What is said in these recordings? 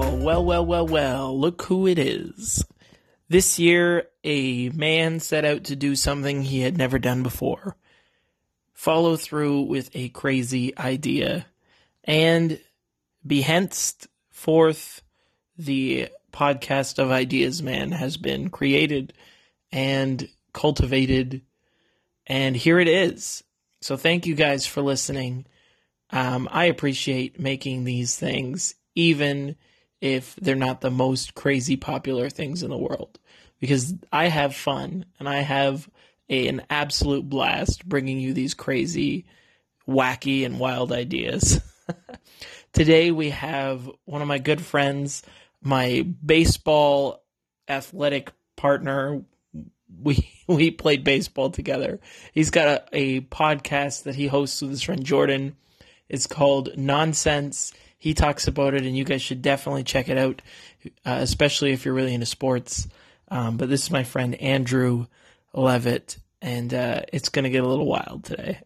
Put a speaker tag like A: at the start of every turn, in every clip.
A: well, well, well, look who it is. This year, a man set out to do something he had never done before follow through with a crazy idea, and be henceforth the podcast of Ideas Man has been created and cultivated. And here it is. So thank you guys for listening. Um, I appreciate making these things, even if they're not the most crazy popular things in the world, because I have fun and I have a, an absolute blast bringing you these crazy, wacky, and wild ideas. Today we have one of my good friends, my baseball athletic partner. We we played baseball together. He's got a, a podcast that he hosts with his friend Jordan. It's called Nonsense. He talks about it, and you guys should definitely check it out, uh, especially if you're really into sports. Um, but this is my friend Andrew Levitt, and uh, it's going to get a little wild today.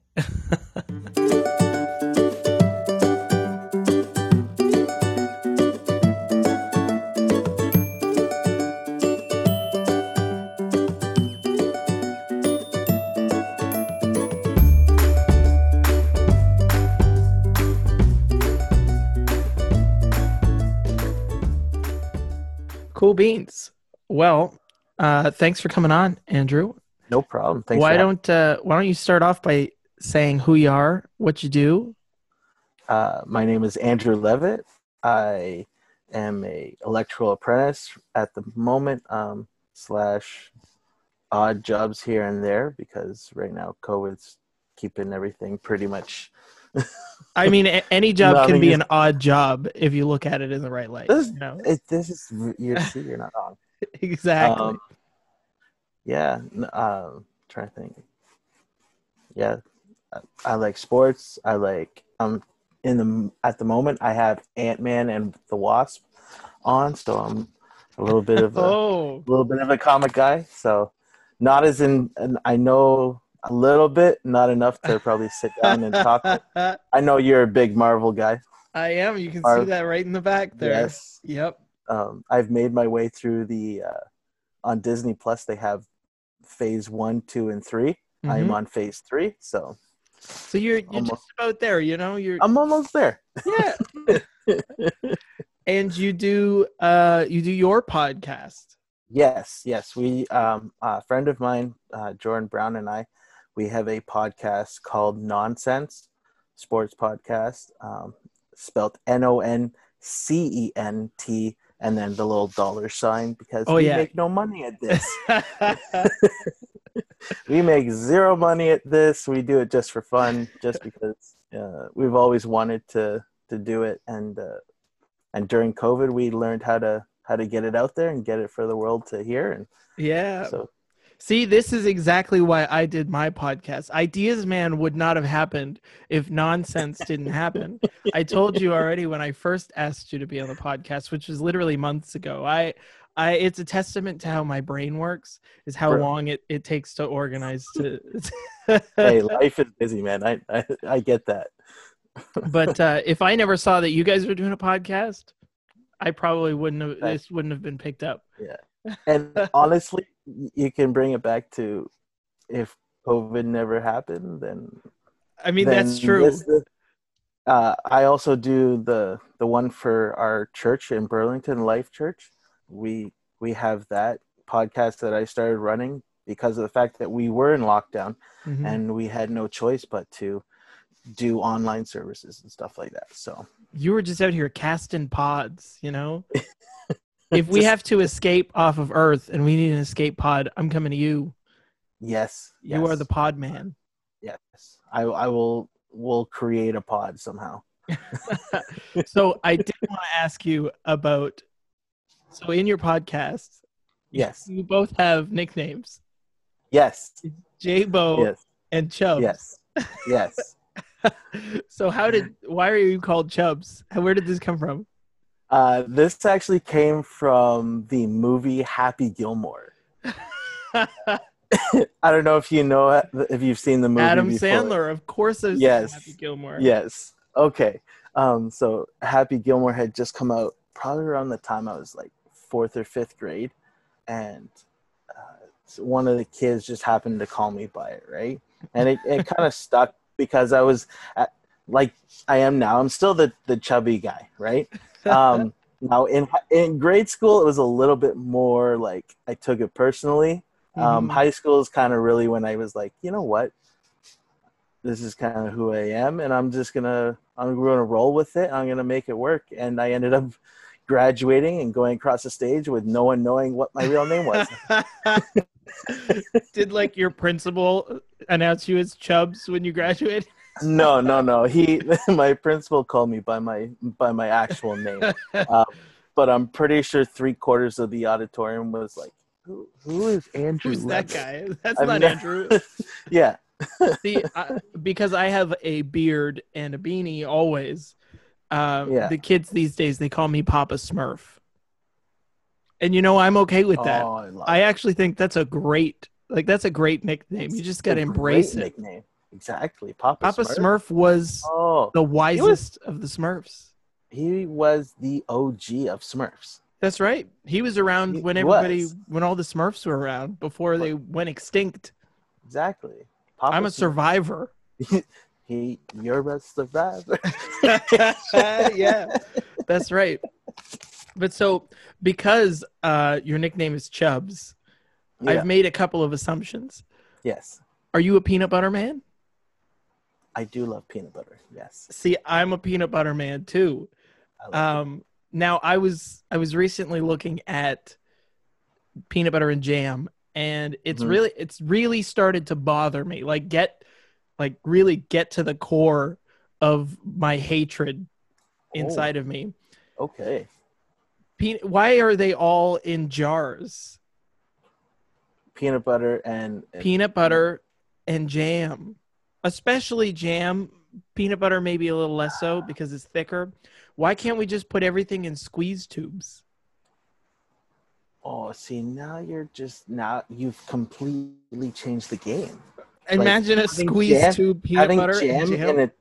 A: Cool beans. Well, uh, thanks for coming on, Andrew.
B: No problem. Thanks.
A: why
B: for having-
A: don't uh, Why don't you start off by saying who you are, what you do?
B: Uh, my name is Andrew Levitt. I am a electrical apprentice at the moment. Um, slash odd jobs here and there because right now COVID's keeping everything pretty much.
A: I mean, a- any job
B: No, I
A: can
B: mean,
A: be
B: it's-
A: an odd job if you look at it in the right light.
B: This-
A: You know?
B: It, this is you see, you're not on.
A: exactly.
B: Um, yeah. n- Um, trying to think. Yeah, I, I like sports. I like. I'm in the at the moment. I have Ant Man and the Wasp on, so I'm a little bit of a
A: oh,
B: little bit of a comic guy. So not as in. and I know a little bit, not enough to probably sit down and talk.
A: I
B: I know you're a big Marvel guy.
A: am. You can see
B: Are-
A: that right in the back there.
B: Yes.
A: Yep.
B: um, I've made my way through the uh, on Disney Plus. They have phase one, two, and 3 i I'm
A: Mhm.
B: on phase three, so
A: So you're you're
B: almost-
A: just about there. You know, you're
B: I'm almost there.
A: yeah. and you do uh you do your podcast.
B: Yes, yes. We um, a friend of mine, uh, Jordan Brown, and I, we have a podcast called Nonsense Sports Podcast, um, spelt N O N C E N T, and then the little dollar sign because
A: Oh,
B: we
A: yeah.
B: make no money at this. we make zero money at this. We do it just for fun, just because uh, we've always wanted to to do it. And uh, and during COVID, we learned how to how to get it out there and get it for the world to hear. And
A: yeah.
B: so
A: See, this is exactly why I did my podcast. Ideas Man would not have happened if nonsense didn't happen. I told you already when I first asked you to be on the podcast, which was literally months ago. I, I, it's a testament to how my brain works, is how
B: Bro.
A: long it, it takes to organize to.
B: hey, life is busy, man. I I, I get that.
A: but uh, if I never saw that you guys were doing a podcast, I probably wouldn't have.
B: Right.
A: This wouldn't have been picked up.
B: And honestly, you can bring it back to if COVID never happened, then
A: I mean, that's
B: then
A: true.
B: this is- uh, I also do the the one for our church in Burlington, Life Church. We we have that podcast that I started running because of the fact that we were in lockdown
A: Mhm.
B: and we had no choice but to do online services and stuff like that. So
A: you were just out here casting pods, you know? if we
B: Just-
A: have to escape off of Earth and we need an escape pod, I'm coming to you.
B: yes,
A: You are
B: yes,
A: the pod man.
B: yes. I I will will create a pod somehow.
A: so I did want to ask you about so in your podcast,
B: Yes,
A: you both have nicknames.
B: yes,
A: J Bo
B: yes,
A: and Chubbs.
B: yes, yes.
A: So how did why are you called Chubbs? How- Where did this come from?
B: Uh, this actually came from the movie Happy Gilmore. I don't know if you know if you've seen the movie.
A: Adam
B: before.
A: Sandler, of course I was
B: Yes.
A: Happy Gilmore.
B: Yes. Okay. Um, so Happy Gilmore had just come out probably around the time I was like fourth or fifth grade, and uh, so one of the kids just happened to call me by it, right? And it, it kind of stuck because I was at, like I am now. I'm still the the chubby guy, right? Um, now in hi- in grade school, it was a little bit more like I took it personally. Um,
A: Mm-hmm.
C: Mhm.
B: high school is kind of really when I was like, you know what, this is kind of who I am, and I'm just gonna I'm gonna roll with it. And I'm gonna make it work, and I ended up graduating and going across the stage with no one knowing what my real name was.
A: Did like your principal announce you as Chubbs when you graduated?
B: no, no, no. He my principal called me by my by my actual name, um, but I'm pretty sure three quarters of the auditorium was like, who, who is Andrew?
A: Who's that
B: Levitt?"
A: guy? That's
B: I've
A: not
B: never-
A: Andrew.
B: Yeah,
A: See, I, because I have a beard and a beanie always. Uh,
B: Yeah.
A: The kids these days they call me Papa Smurf, and you know I'm okay with that.
B: Oh, I, love
A: I
B: it.
A: actually think that's a great like that's a great nickname. You just got to
B: It's a
A: embrace
B: great
A: it.
B: Nickname. Exactly, Papa,
A: Papa
B: Smurf.
A: Smurf, was
B: Oh,
A: the wisest of the Smurfs.
B: he was the OG of Smurfs.
A: That's right. He was around
B: He
A: when everybody
B: was.
A: when all the Smurfs were around before they went extinct.
B: Exactly. Papa
A: I'm a
B: Smurf.
A: survivor.
B: He, you're a survivor.
A: yeah. That's right. But so because uh your nickname is Chubbs,
B: Yeah.
A: I've made a couple of assumptions.
B: yes,
A: Are you a peanut butter man?
B: I do love peanut butter. Yes.
A: See, I'm a peanut butter man too.
B: I love it.
A: Um, now I was I was recently looking at peanut butter and jam, and it's
B: Mhm.
A: really it's really started to bother me. Like get like really get to the core of my hatred
B: Oh,
A: inside of me.
B: okay.
A: Pe- why are they all in jars?
B: Peanut butter and, and
A: Peanut butter and jam, especially jam. Peanut butter maybe a little less so because it's thicker. Why can't we just put everything in squeeze tubes?
B: Oh, see, now you're just now you've completely changed the game.
A: Imagine a
B: having
A: squeeze
B: jam-
A: tube peanut
B: Having
A: butter
B: jam,
A: and jam.
B: in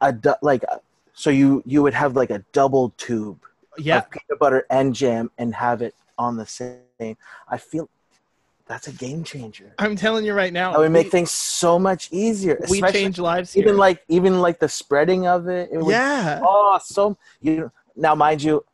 B: a, a du- like uh, so you you would have like a double tube
A: yeah,
B: of peanut butter and jam and have it on the same. I feel that's a game changer.
A: I'm telling you right now.
B: That would make
A: Oh, we,
B: things so much easier.
A: we
B: especially
A: change lives here.
B: even like even like the spreading of it. it would,
A: yeah,
B: Oh, so you know, now mind you,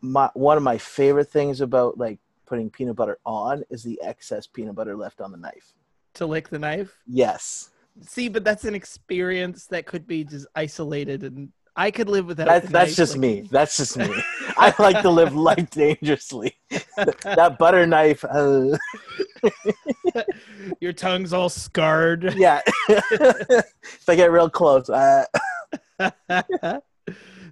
B: my one of my favorite things about like putting peanut butter on is the excess peanut butter left on the knife.
A: to lick the knife.
B: Yes,
A: See, but that's an experience that could be just isolated, and I could live without.
B: that's
A: the
B: that's
A: knife
B: just
A: licking.
B: me. That's just me. I like to live life dangerously. that butter knife, uh,
A: Your tongue's all scarred.
B: yeah. if I get real close, uh,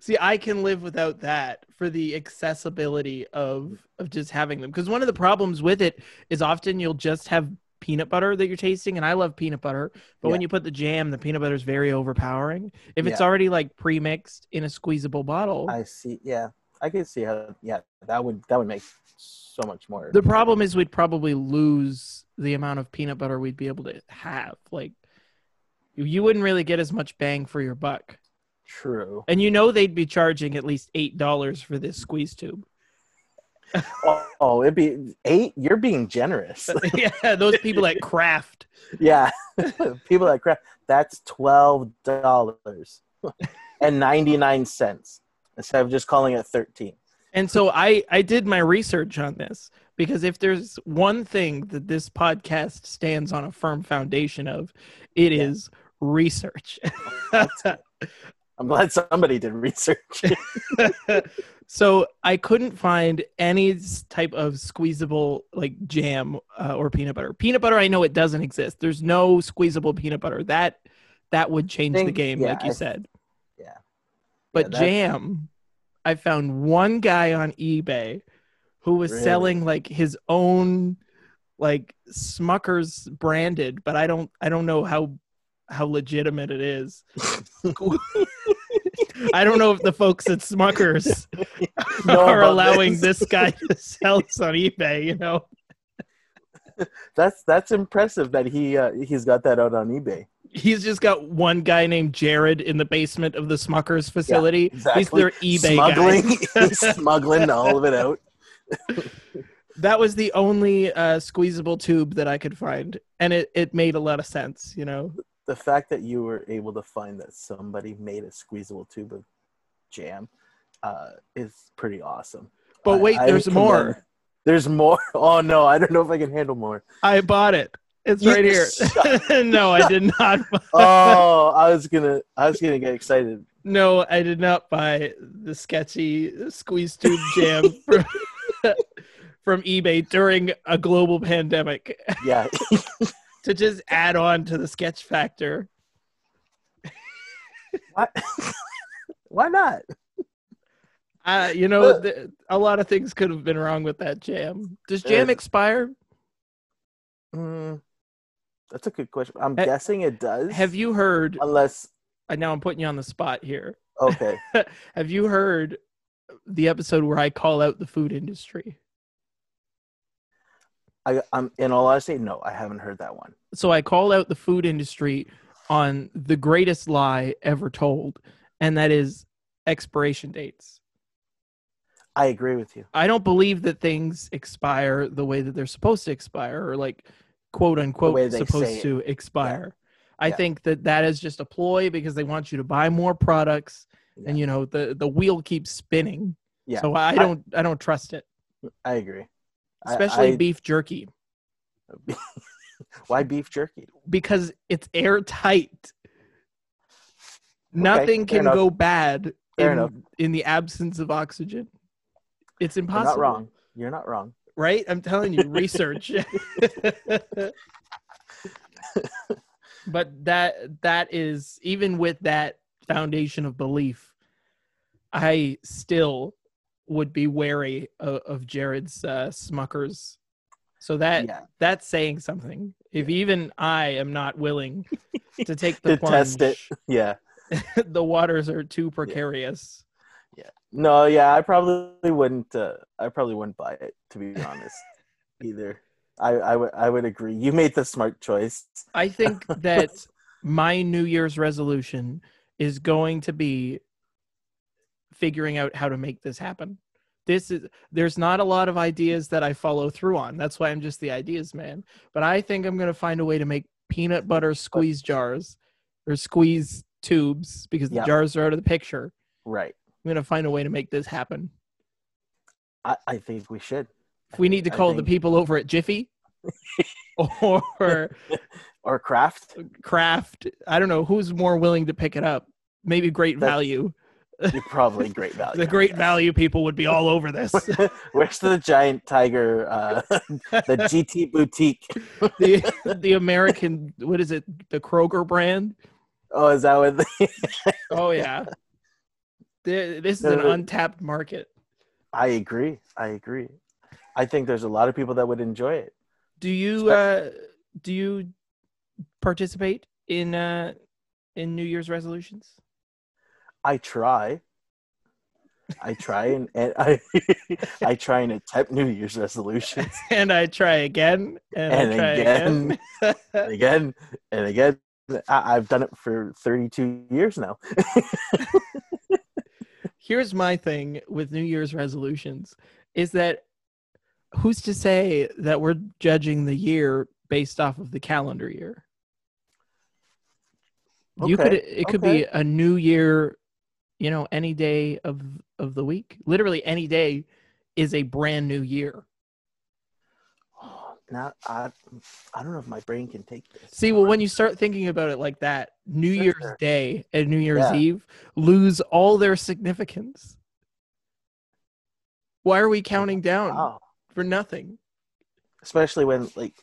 A: See, I can live without that for the accessibility of of just having them. Because one of the problems with it is often you'll just have peanut butter that you're tasting, and I love peanut butter, but when
B: Yeah.
A: you put the jam, the peanut butter is very overpowering. If it's
B: Yeah.
A: already like pre-mixed in a squeezable bottle,
B: I see. Yeah, I can see how. Yeah, that would that would make so much more.
A: the problem is we'd probably lose the amount of peanut butter we'd be able to have. Like, you- you wouldn't really get as much bang for your buck.
B: True.
A: And you know they'd be charging at least eight dollars for this squeeze tube.
B: Oh, oh, it'd be eight. You're being generous.
A: yeah, those people at Kraft.
B: yeah, people that crap. That's twelve dollars and ninety nine cents instead of just calling it thirteen.
A: And so I I did my research on this because if there's one thing that this podcast stands on a firm foundation of, it is
B: Yeah.
A: research.
B: I'm glad somebody did research.
A: so I couldn't find any s- type of squeezable like jam uh, or peanut butter. Peanut butter, I know it doesn't exist. There's no squeezable peanut butter. That that would change the
B: Think-
A: game,
B: yeah,
A: like you
B: I-
A: said.
B: yeah.
A: But
B: Yeah, that's-
A: jam, I found one guy on eBay who was
B: Really?
A: selling like his own like Smucker's branded, but I don't I don't know how how legitimate it is. I don't know if the folks at Smuckers
B: Know
A: are
B: about
A: allowing
B: this.
A: this guy to sell this on eBay, you know.
B: That's that's impressive that he uh, he's got that out on eBay.
A: he's just got one guy named Jared in the basement of the Smuckers facility. He's
B: Exactly.
A: their eBay guy.
B: smuggling, he's smuggling all of it out.
A: That was the only uh, squeezable tube that I could find, and it it made a lot of sense. You know,
B: The fact that you were able to find that somebody made a squeezable tube of jam uh, is pretty awesome.
A: But
B: I-
A: wait,
B: I
A: there's
B: commend-
A: more.
B: There's more. Oh no, I don't know if I can handle more.
A: I bought it. It's
B: You
A: right here.
B: shut-
A: no, I did not. buy-
B: Oh, I was gonna, I was gonna get excited.
A: No, I did not buy the sketchy squeeze tube jam from, from eBay during a global pandemic
B: Yeah,
A: to just add on to the sketch factor.
B: why not?
A: Uh, you know, th- a lot of things could have been wrong with that jam. Does jam
B: Uh,
A: expire?
B: Mm, that's a good question. I'm
A: Ha-
B: guessing it does.
A: Have you heard?
B: Unless
A: I now I'm putting you on the spot here.
B: okay,
A: Have you heard the episode where I call out the food industry?
B: I, I'm in all honesty, no, I haven't heard that one.
A: so I call out the food industry on the greatest lie ever told, and that is expiration dates.
B: I agree with you.
A: I don't believe that things expire the way that they're supposed to expire, or like quote
B: way
A: unquote
B: they say
A: supposed
B: it.
A: to expire. I
B: Yeah.
A: think that that is just a ploy because they want you to buy more products, and you know the the wheel keeps spinning.
B: Yeah.
A: So I don't I don't trust it,
B: I agree. I-
A: especially
B: I-
A: beef jerky
B: Why beef jerky?
A: because it's airtight. Nothing
B: fair
A: can
B: enough.
A: go bad
B: Fair
A: in,
B: enough.
A: in the absence of oxygen. It's
B: You're
A: impossible.
B: not wrong. You're not wrong.
A: Right? I'm telling you, research. but that that is even with that foundation of belief, I still would be wary of, of Jared's uh, Smuckers. So that
B: yeah.
A: that's saying something. If even I am not willing to take the
B: To test it.
A: plunge,
B: Yeah.
A: the waters are too precarious.
B: No, yeah, I probably wouldn't uh, I probably wouldn't buy it to be honest either. I I would I would agree. You made the smart choice.
A: I think that my New Year's resolution is going to be figuring out how to make this happen. This is there's not a lot of ideas that I follow through on. That's why I'm just the ideas man. But I think I'm going to find a way to make peanut butter squeeze jars or squeeze tubes because the
B: Yep.
A: jars are out of the picture.
B: Right.
A: I'm going to find a way to make this happen.
B: I, I think we should.
A: If we need to
B: I
A: call the
B: think-
A: people over at Jiffy or
B: Or craft.
A: Kraft, I don't know who's more willing to pick it up. Maybe Great
B: That's-
A: Value.
B: You're probably great value.
A: The Great
B: Yes.
A: Value people would be all over this.
B: Where's the giant tiger? Uh, the GT boutique.
A: the the American, what is it? The Kroger brand.
B: Oh, is that what? They,
A: Oh yeah, Th- this is an
B: No, no.
A: untapped market.
B: I agree. I agree. I think there's a lot of people that would enjoy it.
A: Do you uh, do you participate in uh, in New Year's resolutions?
B: I try. I try and, and I I try and attempt New Year's resolutions
A: And I try again, and, I
B: and
A: try
B: again,
A: again.
B: and again and again. I, I've done it for 32 years now.
A: here's my thing with new year's resolutions is that who's to say that we're judging the year based off of the calendar year you could it could be a new year you know any day of of the week literally any day is a brand new year
B: Now I I don't know if my brain can take this.
A: see well when you start thinking about it like that new
B: Sure.
A: year's day and new year's
B: Yeah.
A: eve lose all their significance why are we counting down
B: Wow.
A: for nothing
B: Especially when like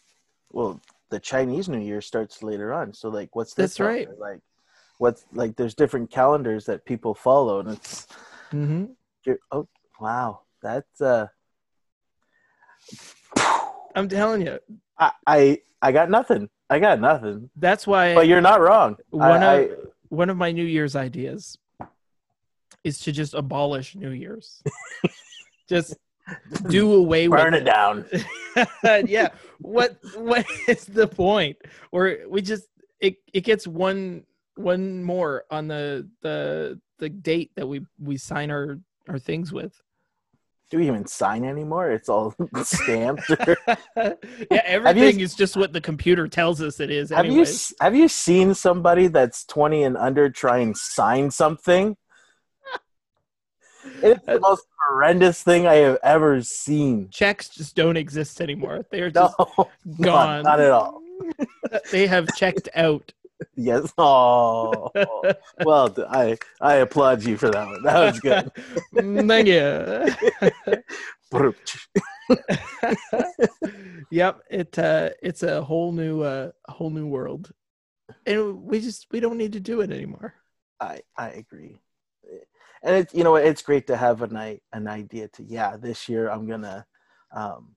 B: well the Chinese New Year starts later on. So like what's this?
A: That's right.
B: calendar? Like what's like there's different calendars that people follow and it's
A: mm-hmm.
B: You're, oh wow, that's uh,
A: I'm telling you,
B: I, I I got nothing. I got nothing.
A: that's why
B: But you're not wrong.
A: one
B: I,
A: of one of my New Year's ideas is to just abolish New Year's. just do away
B: I
A: with
B: burn it down.
A: yeah. What what is the point? Or we just it it gets one one more on the the the date that we we sign our our things with.
B: Do we even sign anymore? It's all stamped.
A: yeah, everything is just what the computer tells us it is.
B: have you
A: anyways.
B: s- have you seen somebody that's twenty and under try and sign something? It's the most horrendous thing I have ever seen.
A: checks just don't exist anymore. They are
B: No,
A: just
B: not-
A: gone.
B: Not, at all.
A: they have checked out.
B: Yes. Oh, well, d- I I applaud you for that one. That was good.
A: Thank you. yep, it uh, it's a whole new uh, whole new world, and we just we don't need to do it anymore.
B: I I agree, and it's you know it's great to have an i an idea to yeah this year I'm gonna um,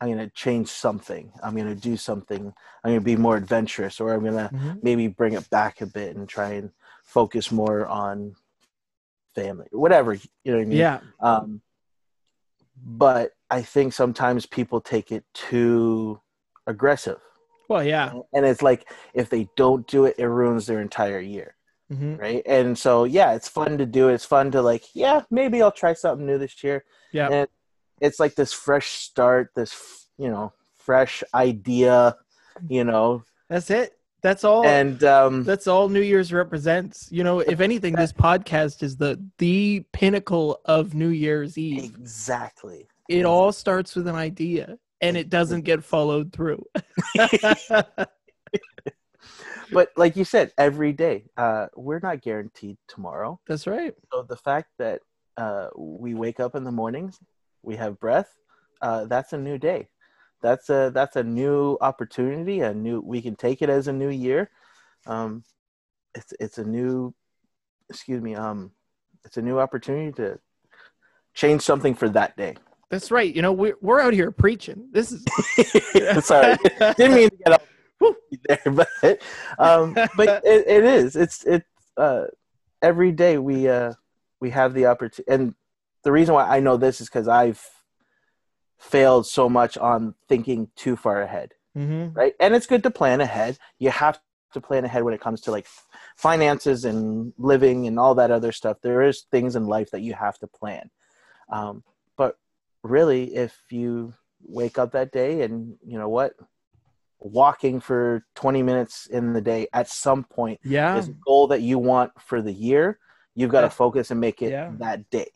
B: I'm gonna change something I'm gonna do something I'm gonna be more adventurous or I'm gonna maybe bring it back a bit and try and focus more on family whatever you know what I mean
A: Yeah,
B: um, but I think sometimes people take it too aggressive
A: well, yeah,
B: and it's like if they don't do it it ruins their entire year
A: hmm
B: right and so yeah it's fun to do it's fun to like yeah maybe i'll try something new this year
A: Yeah.
B: and it's like this fresh start this you know fresh idea you know
A: that's it. That's all.
B: and um
A: that's all New Year's represents. You know, if anything, this podcast is the the pinnacle of New Year's Eve.
B: exactly
A: it all starts with an idea and it doesn't get followed through.
B: but like you said every day uh we're not guaranteed tomorrow
A: That's right.
B: so the fact that uh we wake up in the mornings we have breath uh that's a new day that's a that's a new opportunity a new we can take it as a new year um it's it's a new excuse me um it's a new opportunity to change something for that day
A: That's right. You know, we're we're out here preaching. This is
B: sorry didn't mean to get off
A: Woo.
B: there but um but it, it is it's it's uh every day we uh we have the opportunity and the reason why i know this is because i've failed so much on thinking too far ahead
A: hmm
B: right and it's good to plan ahead you have to plan ahead when it comes to like finances and living and all that other stuff there is things in life that you have to plan um, but really if you wake up that day and you know what walking for 20 minutes in the day at some point
A: Yeah.
B: is a goal that you want for the year you've got to
A: That-
B: focus and make it
A: yeah.
B: that day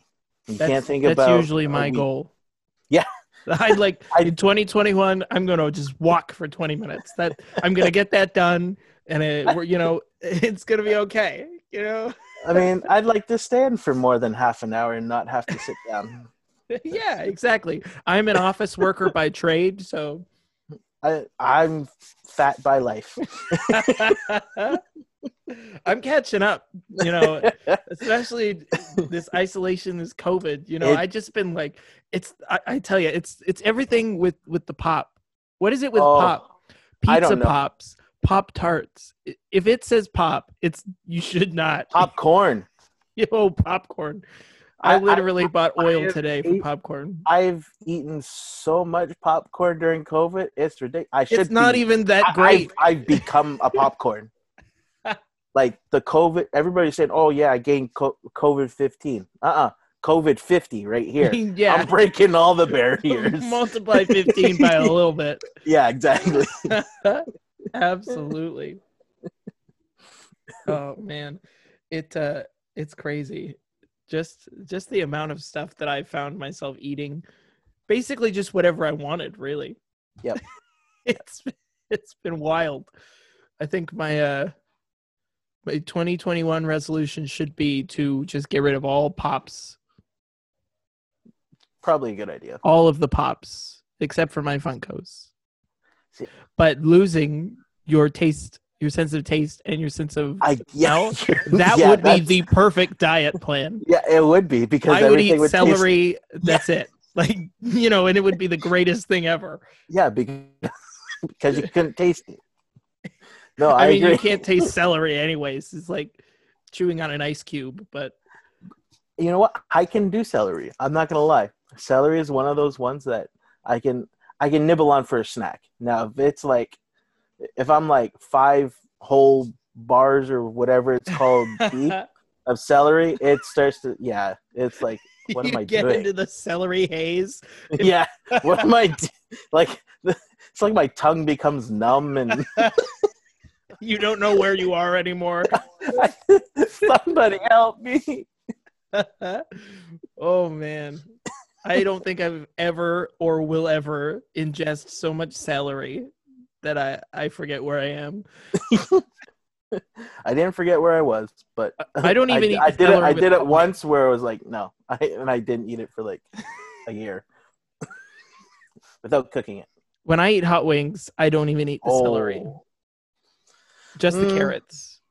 B: you
A: That's,
B: can't think
A: that's
B: about
A: usually
B: a
A: my
B: week.
A: goal.
B: Yeah.
A: I'd like
B: I-
A: in 2021, I'm going to just walk for 20 minutes. That I'm going to get that done. And it, we're, you know, it's going to be okay. You know?
B: i mean i'd like to stand for more than half an hour and not have to sit down
A: yeah, exactly. I'm an office worker by trade. So
B: I, I'm fat by life.
A: I'm catching up, you know, especially this isolation, this COVID. You know,
B: It-
A: I just been like, it's. I, I tell you, it's it's everything with with the pop. What is it with
B: Oh,
A: pop?
B: I don't
A: Pizza
B: know.
A: pops, pop tarts. If it says pop, it's you should not.
B: Popcorn.
A: Yo, popcorn. I,
B: I- I-
A: literally bought oil
B: have
A: today for
B: ate-
A: popcorn.
B: I've eaten so much popcorn during COVID. It's ridiculous. I should
A: It's not
B: be-
A: even
B: I-
A: that
B: I've-
A: great.
B: I've, become a popcorn. like the COVID, everybody's saying, "Oh yeah, I gained co- COVID 15." Uh-uh, COVID 50 right here.
A: yeah.
B: I'm breaking all the barriers.
A: Multiply 15 by a little bit.
B: yeah, exactly.
A: Absolutely. Oh man. It uh it's crazy. Just just the amount of stuff that I found myself eating. Basically just whatever I wanted, really.
B: Yep.
A: it's it's been wild. I think my uh my 2021 resolution should be to just get rid of all pops,
B: Probably a good idea.
A: all of the pops except for my Funkos.
B: See-
A: But losing your taste, your sense of taste and your sense of
B: I yeah,
A: No,
B: you're-
A: That
B: yeah,
A: would be
B: that's-
A: the perfect diet plan.
B: yeah, it would be because
A: I would
B: everything
A: eat
B: would taste-
A: celery. That's it. Like you know, and it would be the greatest thing ever.
B: yeah, because because you couldn't taste it. No, I,
A: I, mean,
B: agree.
A: you can't taste celery anyways. It's like chewing on an ice cube. But
B: you know what i can do celery i'm not gonna lie celery is one of those ones that i can i can nibble on for a snack now if it's like if i'm like five whole bars or whatever it's called deep of celery, it starts to yeah. It's like what
A: you
B: am I
A: get
B: doing?
A: into the celery haze.
B: yeah, what am I do- like? It's like my tongue becomes numb and
A: You don't know where you are anymore.
B: somebody help me.
A: oh man. I don't think I've ever or will ever ingest so much celery that I, I forget where I am.
B: I didn't forget where I was, but
A: I don't even eat
B: I, did it.
A: celery
B: I
A: with
B: did it
A: onion.
B: once where I was like, no, I, and I didn't eat it for like a year without cooking it.
A: When I eat hot wings, I don't even eat the celery,
B: Oh.
A: just the
B: Mm.
A: carrots.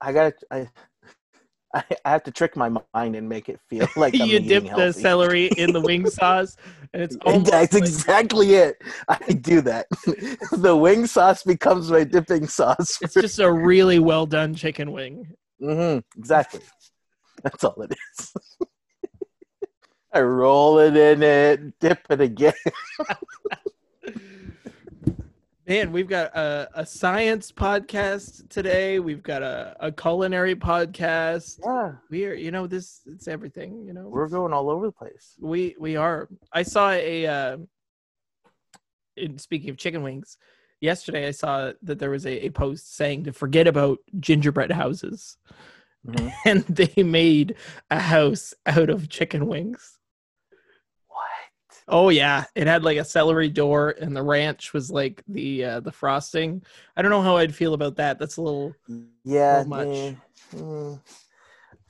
B: I got I, I I have to trick my mind and make it feel like I'm
A: you
B: eating
A: dip
B: healthy.
A: the celery in the wing sauce, and it's almost
B: That's
A: like-
B: exactly it. I do that. the wing sauce becomes my dipping sauce.
A: it's just a really well done chicken wing.
B: hmm exactly. That's all it is. I roll it in it, dip it again.
A: Man, we've got a, a science podcast today. We've got a, a culinary podcast.
B: Yeah,
A: We are, you know, this it's everything. You know,
B: we're going all over the place.
A: we we are. I saw a. Uh, in speaking of chicken wings, yesterday I saw that there was a, a post saying to forget about gingerbread houses,
B: Mhm.
A: and they made a house out of chicken wings.
B: What?
A: Oh yeah, it had like a celery door, and the ranch was like the uh, the frosting. I don't know how I'd feel about that. That's a little
B: Yeah.
A: So much.
B: yeah, mm.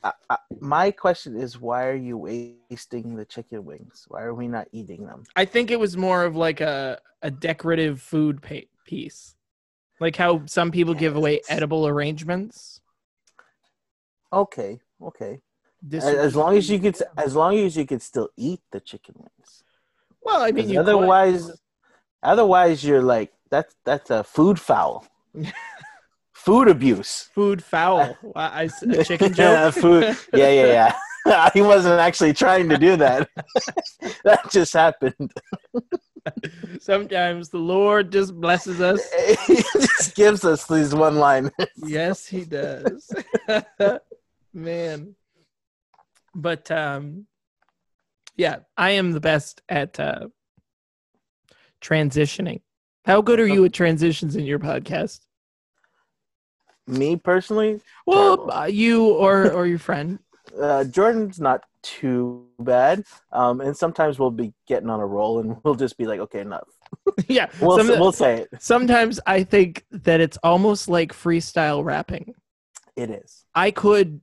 B: I, I, my question is, why are you wasting the chicken wings? Why are we not eating them?
A: I think it was more of like a, a decorative food pa- piece, like how some people give away
B: Yes.
A: edible arrangements.
B: Okay, okay.
A: This
B: As,
A: would
B: as
A: be-
B: long as you could, as long as you could still eat the chicken wings.
A: well, I
B: 'Cause
A: mean, you could.
B: otherwise, otherwise you're like that's that's a food foul, food abuse.
A: food foul. Wow, I, s- a chicken joke.
B: food. Yeah, yeah, yeah. he wasn't actually trying to do that. that just happened.
A: Sometimes the Lord just blesses us.
B: he just gives us these one line.
A: Yes, he does. Man. But um yeah, I am the best at uh transitioning. How good are you at transitions in your podcast?
B: Me personally,
A: Well,
B: Terrible.
A: uh, you or or your friend.
B: uh, Jordan's not too bad, um, and sometimes we'll be getting on a roll, and we'll just be like, "Okay, enough."
A: yeah.
B: We'll
A: some-
B: we'll say it.
A: sometimes I think that it's almost like freestyle rapping.
B: It is
A: I could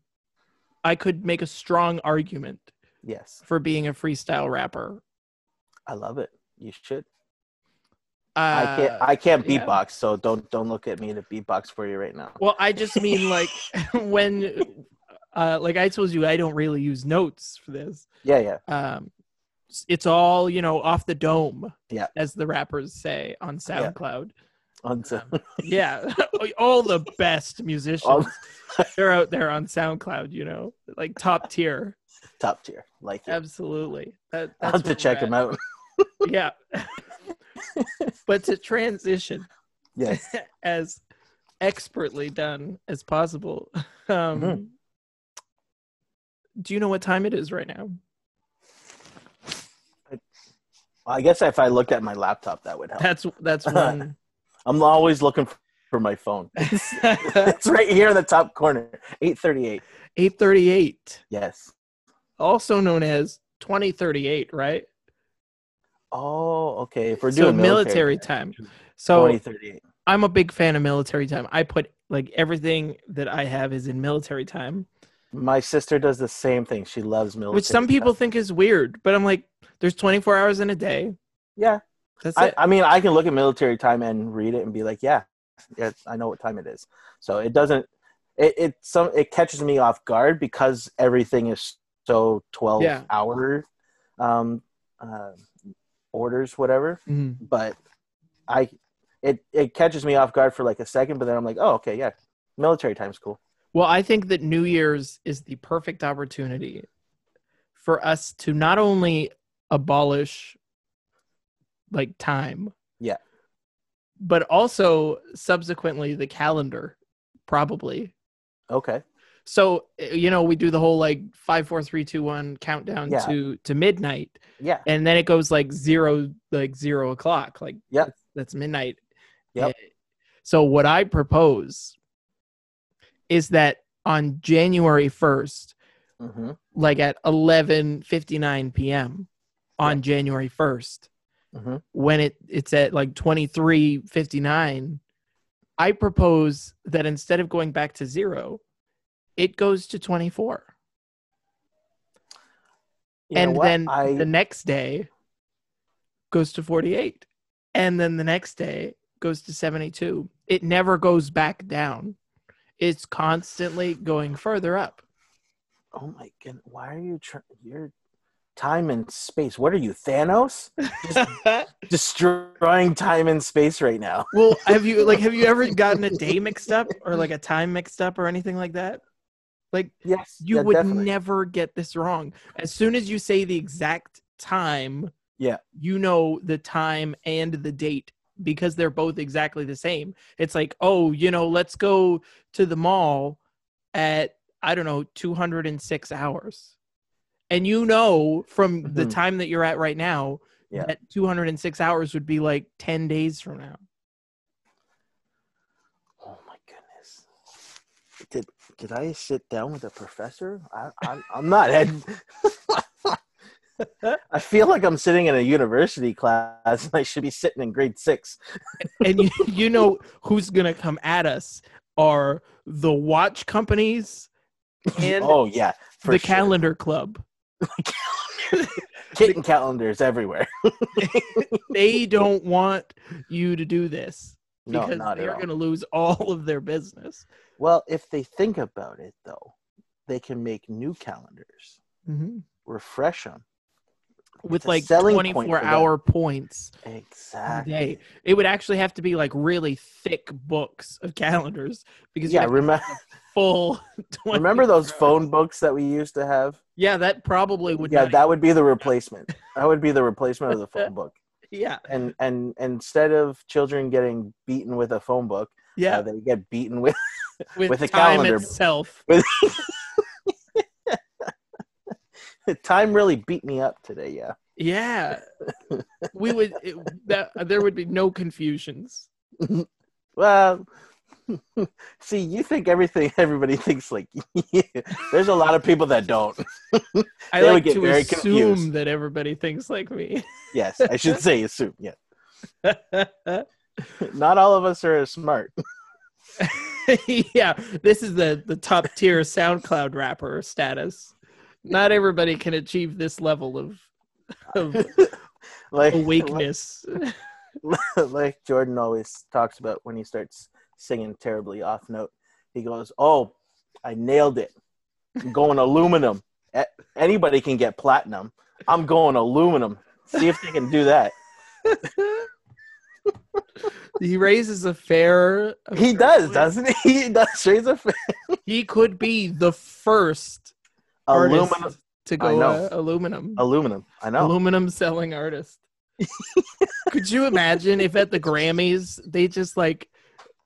A: I could make a strong argument
B: yes.
A: for being a freestyle rapper.
B: I love it. You should.
A: Uh,
B: I can't. I can't
A: yeah.
B: beatbox, so don't don't look at me to beatbox for you right now.
A: Well, I just mean like when, uh, like I told you, I don't really use notes for this.
B: Yeah, yeah.
A: Um, s- it's all you know, off the dome,
B: Yeah.
A: as the rappers say on
B: Yeah.
A: SoundCloud.
B: On to-
A: Um, Yeah, all the best musicians
B: All-
A: they're out there on SoundCloud. You know, like top tier.
B: top tier. Like it.
A: Absolutely, that, Um, that's
B: I'll have to
A: where
B: check
A: we're
B: him
A: at.
B: out.
A: Yeah, but to transition
B: Yes.
A: as expertly done as possible. Um,
B: Mhm.
A: Do you know what time it is right now?
B: I guess if I looked at my laptop, that would help.
A: That's that's
B: Uh-huh.
A: one.
B: I'm always looking for, for my phone. it's right here in the top corner. Eight thirty-eight.
A: Eight thirty-eight,
B: Yes.
A: also known as twenty thirty-eight, right?
B: Oh, okay. If we're
A: so
B: doing
A: military time. So
B: Twenty thirty-eight.
A: I'm a big fan of military time. I put like everything that I have is in military time,
B: My sister does the same thing. She loves military.
A: which some people
B: time.
A: think is weird, but I'm like, there's 24 hours in a day.
B: Yeah.
A: That's
B: I,
A: it.
B: I mean, I can look at military time and read it and be like, yeah, yeah, I know what time it is. So it doesn't. It it some it catches me off guard because everything is so twelve
A: Yeah.
B: hour, um, uh, orders whatever.
A: Mhm.
B: But I, it it catches me off guard for like a second, but then I'm like, oh okay, yeah, military time's cool.
A: Well, I think that New Year's is the perfect opportunity for us to not only abolish like time,
B: Yeah.
A: but also subsequently the calendar, probably.
B: Okay.
A: So uh, you know we do the whole like five, four, three, two, one countdown
B: Yeah.
A: to to midnight,
B: Yeah.
A: and then it goes like zero, like zero o'clock, like
B: Yep.
A: that's- that's midnight.
B: Yep.
A: Uh, So what I propose is that on January first,
B: Mm-hmm.
A: like at 11:59 p.m. on January 1st
B: Mhm.
A: when it it's at like 23:59 I propose that instead of going back to 0 it goes to 24
B: You know
A: and
B: what?
A: then
B: I
A: the next day goes to 48 and then the next day goes to 72 it never goes back down it's constantly going further up
B: oh my god, why are you trying? You're time and space. What are you, Thanos? Destroying time and space right now.
A: Well, have you like have you ever gotten a day mixed up or like a time mixed up or anything like that? Like
B: Yes,
A: you
B: yeah,
A: would
B: definitely.
A: never get this wrong. As soon as you say the exact time,
B: Yeah.
A: you know the time and the date because they're both exactly the same. It's like, oh, you know, let's go to the mall at I don't know, 206 hours. And you know from the
B: Mhm.
A: time that you're at right now
B: Yeah.
A: that 206 hours would be like 10 days from now.
B: Oh my goodness. Did did I sit down with a professor? I, I'm I'm not. Ed. I feel like I'm sitting in a university class and I should be sitting in grade six.
A: and you, you know who's gonna come at us are the watch companies and
B: oh yeah, for
A: the
B: sure.
A: calendar club
B: kitten calendars everywhere.
A: they don't want you to do this
B: No,
A: because
B: not at
A: they're
B: all.
A: gonna lose all of their business
B: Well, if they think about it though, they can make new calendars, refresh them.
A: with
B: a
A: like
B: selling point for
A: 24 hour points a
B: Exactly.
A: day it would actually have to be like really thick books of calendars because you
B: Yeah,
A: have to
B: remember
A: full 20
B: remember those phone books that we used to have?
A: yeah that probably would
B: yeah,
A: not
B: that would be the replacement. That would be the replacement of the phone book.
A: yeah
B: and and instead of children getting beaten with a phone book,
A: yeah
B: uh, they get beaten with
A: with,
B: with a
A: time
B: calendar.
A: itself
B: time. Really beat me up today. Yeah,
A: Yeah. we would it, that there would be no confusions.
B: well, see, you think everything everybody thinks like you. There's a lot of people that don't.
A: I
B: They would
A: like
B: get
A: to
B: very
A: assume
B: confused.
A: that everybody thinks like me.
B: Yes, I should say assume. Yeah, not all of us are as smart.
A: yeah, this is the the top tier SoundCloud rapper status. Not everybody can achieve this level of of
B: Like
A: awakeness.
B: like Jordan always talks about when he starts singing terribly off note. He goes, "Oh, I nailed it. I'm going aluminum. A- Anybody can get platinum. I'm going aluminum. See if they can do that."
A: he raises a fair. a
B: He
A: fair
B: does,
A: point.
B: doesn't he? He does. Raise a fa-
A: He could be the first
B: aluminum.
A: artist to
B: I
A: go
B: know.
A: uh, aluminum.
B: Aluminum. I know.
A: aluminum selling artist. Could you imagine if at the Grammys they just like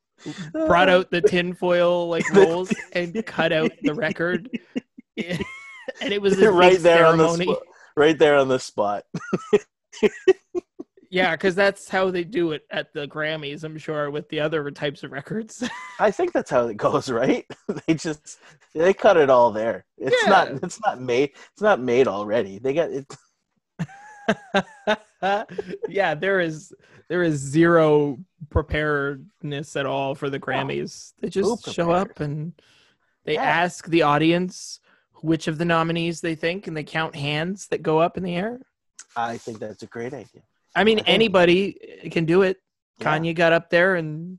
A: brought out the tinfoil like rolls and cut out the record? and it was this
B: right
A: big
B: there on the
A: ceremony.
B: spot. Right there on the spot.
A: Yeah, because that's how they do it at the Grammys, I'm sure, with the other types of records.
B: I think that's how it goes, right? they just they cut it all there. It's
A: Yeah.
B: not. It's not made. It's not made already. They got. It,
A: yeah, there is there is zero preparedness at all for the Grammys. They just show
B: prepared?
A: up and they
B: Yeah.
A: ask the audience which of the nominees they think, and they count hands that go up in the air.
B: I think that's a great idea.
A: I mean,
B: I think-
A: anybody can do it.
B: Yeah,
A: Kanye got up there and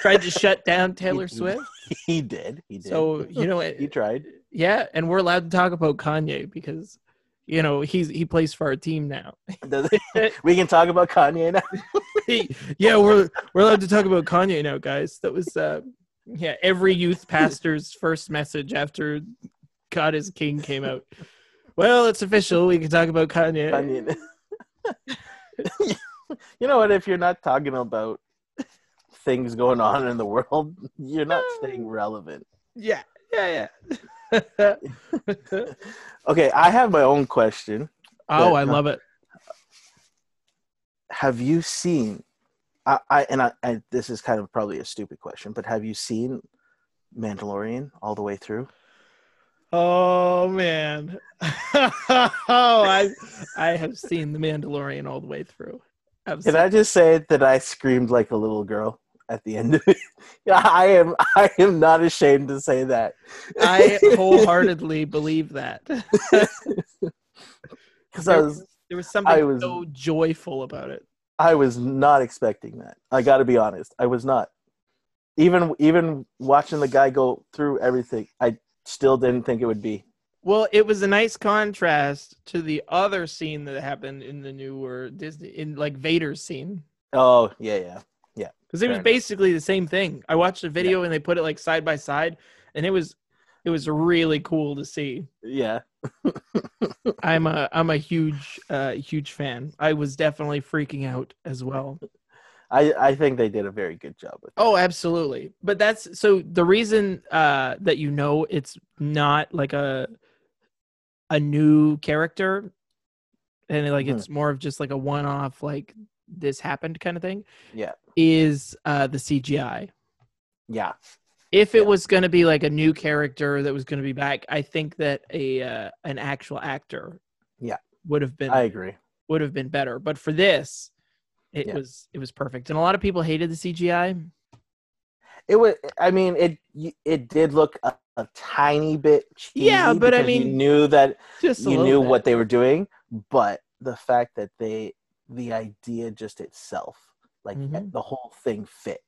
A: tried to shut down Taylor
B: did.
A: Swift.
B: he did. He did.
A: So you know,
B: he
A: it,
B: tried.
A: yeah, and we're allowed to talk about Kanye because you know he's he plays for our team now.
B: we can talk about Kanye now.
A: Hey, yeah, we're we're allowed to talk about Kanye now, guys. That was uh yeah, every youth pastor's first message after God is King came out. Well, it's official. We can talk about Kanye.
B: Kanye. you know what? If you're not talking about things going on in the world, you're not staying relevant.
A: Yeah, yeah, yeah.
B: Okay, I have my own question.
A: oh,
B: But,
A: I
B: no.
A: love it.
B: Have you seen? I, I and I, I this is kind of probably a stupid question, but have you seen Mandalorian all the way through?
A: Oh man. oh, I I have seen The Mandalorian all the way through.
B: Can
A: Absolutely.
B: I just say that I screamed like a little girl at the end of it? Yeah, I am. I am not ashamed to say that.
A: I wholeheartedly believe that. there
B: because I was
A: was something
B: I was-
A: so joyful about it.
B: I was not expecting that. I got to be honest, I was not. Even even watching the guy go through everything, I still didn't think it would be.
A: Well, it was a nice contrast to the other scene that happened in the newer Disney in like Vader's scene.
B: Oh yeah, yeah.
A: Because it
B: Fair
A: was
B: enough.
A: basically the same thing. I watched the video and they put it like side by side and it was it was really cool to see.
B: Yeah.
A: I'm a I'm a huge uh huge fan. I was definitely freaking out as well.
B: I I think they did a very good job with.
A: Oh, absolutely. But that's so the reason uh that you know it's not like a a new character and like
B: Mhm.
A: it's more of just like a one off like this happened kind of thing.
B: Yeah.
A: Is uh the CGI.
B: Yeah.
A: If it
B: Yeah.
A: was going to be like a new character that was going to be back, I think that a uh, an actual actor
B: Yeah.
A: would have been
B: I agree.
A: would have been better. But for this, it
B: Yeah.
A: was it was perfect. And a lot of people hated the CGI.
B: It was. I mean, it it did look a, a tiny bit cheesy.
A: Yeah, but I
B: because you
A: mean,
B: knew that
A: Just a
B: you
A: little
B: knew
A: bit.
B: what they were doing, but the fact that they the idea just itself, like
A: Mhm.
B: the whole thing fit,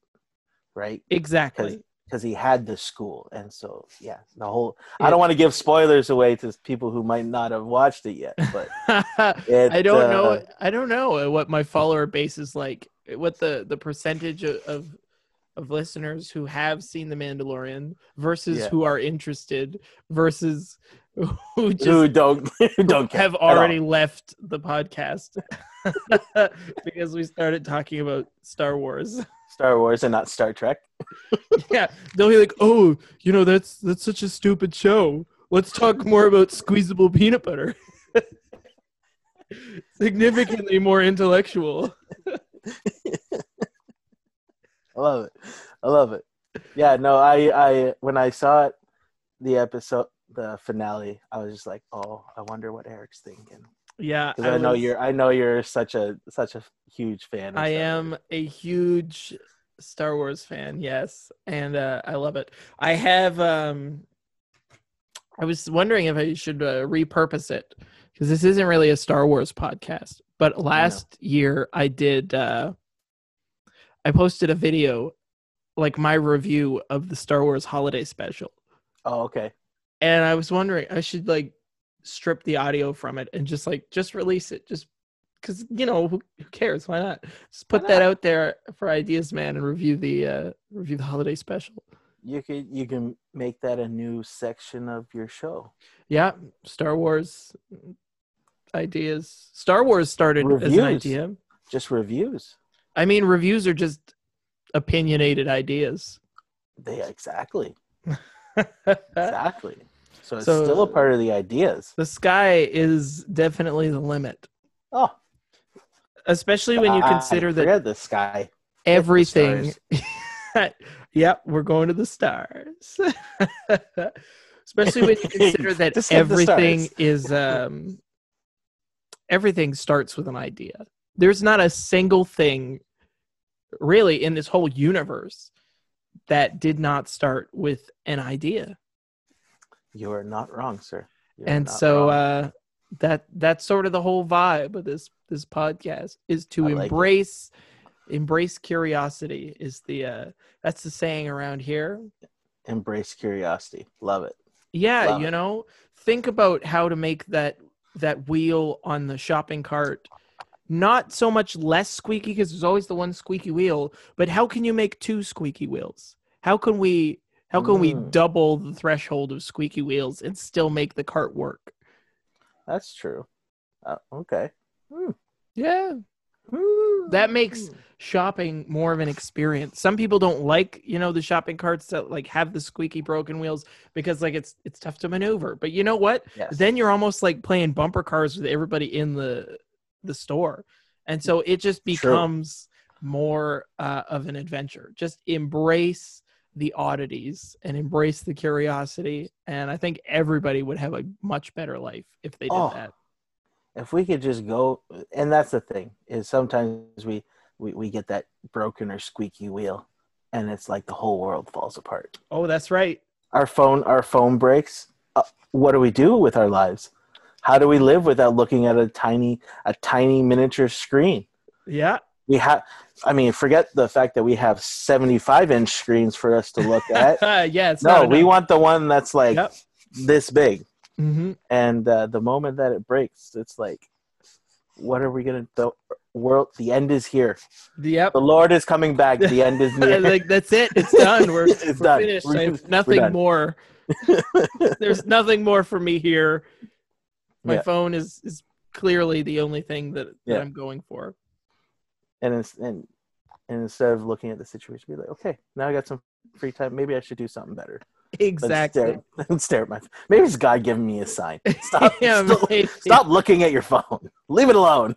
B: right?
A: exactly.
B: because he had the school and so yeah the whole i don't want to give spoilers away to people who might not have watched it yet but it,
A: I don't
B: uh,
A: know. I don't know what my follower base is like. What the the percentage of of, of listeners who have seen The Mandalorian versus
B: Yeah.
A: who are interested versus who just
B: who don't who don't care
A: have
B: at all.
A: already left the podcast because we started talking about Star Wars.
B: star wars and not star trek
A: yeah, they'll be like, "Oh, you know, that's that's such a stupid show. Let's talk more about squeezable peanut butter." Significantly more intellectual.
B: i love it i love it yeah no i i when i saw it the episode the finale i was just like oh i wonder what eric's thinking
A: Yeah,
B: because I, know
A: was-
B: you're i know you're such a such a huge fan of
A: I
B: Star
A: am
B: Wars.
A: a huge Star Wars fan. Yes, and uh, I love it. I have. um I was wondering if I should uh, repurpose it because this isn't really a Star Wars podcast. But last year I did. uh I posted a video, like my review of the Star Wars Holiday Special,
B: oh okay
A: and I was wondering I should like strip the audio from it and just like just release it just because you know who, who cares why not just put that out there for ideas man and review the uh review the holiday special
B: you could you can make that a new section of your show
A: yeah star wars ideas star wars started as
B: Reviews.
A: an idea
B: just reviews
A: i mean reviews are just opinionated ideas
B: They exactly, exactly. So it's
A: Uh, So-
B: still a part of the ideas.
A: the sky is definitely the limit
B: Oh,
A: especially when you
B: I
A: consider that
B: forget the sky.
A: everything. yep, we're going to the stars. Especially when you consider that
B: Just hit the
A: everything
B: stars.
A: is um, everything starts with an idea. There's not a single thing really in this whole universe that did not start with an idea.
B: You are not wrong, sir. You are
A: and
B: not
A: so
B: wrong.
A: uh that that's sort of the whole vibe of this this podcast is to
B: I like it.
A: embrace embrace curiosity is the uh that's the saying around here
B: embrace curiosity. Love it.
A: yeah
B: Love
A: you
B: it.
A: know think about how to make that that wheel on the shopping cart not so much less squeaky because there's always the one squeaky wheel but how can you make two squeaky wheels how can we how can we
B: Mm.
A: double the threshold of squeaky wheels and still make the cart work
B: That's true. Uh, okay.
A: yeah That makes-
B: Hmm.
A: shopping more of an experience. Some people don't like, you know, the shopping carts that like have the squeaky broken wheels because like it's it's tough to maneuver. But you know what?
B: Yes.
A: Then you're almost like playing bumper cars with everybody in the the store. And so it just
B: True.
A: becomes more uh, of an adventure. Just embrace the oddities and embrace the curiosity. And I think everybody would have a much better life if they did
B: Oh.
A: that.
B: if we could just go and that's the thing is sometimes we, we we get that broken or squeaky wheel and it's like the whole world falls apart
A: Oh, that's right.
B: our phone our phone breaks uh, what do we do with our lives how do we live without looking at a tiny a tiny miniature screen
A: Yeah.
B: we have i mean forget the fact that we have 75 inch screens for us to look at
A: yeah. It's
B: no
A: not
B: we
A: enough.
B: want the one that's like
A: Yep.
B: this big
A: Mhm.
B: and uh, the moment that it breaks it's like what are we gonna the world the end is here
A: Yep.
B: the lord is coming back the end is near
A: like that's it. It's done. We're,
B: It's
A: we're
B: done.
A: finished.
B: We're-
A: I have
B: we're
A: nothing
B: done.
A: more. There's nothing more for me here. My
B: Yeah.
A: phone is is clearly the only thing that, that
B: Yeah.
A: I'm going for.
B: and, it's, and and instead of looking at the situation be like okay now i got some free time maybe i should do something better Than
A: Exactly.
B: stare, than stare at my maybe it's god giving me a sign stop
A: yeah,
B: stop,
A: maybe.
B: stop looking at your phone leave it alone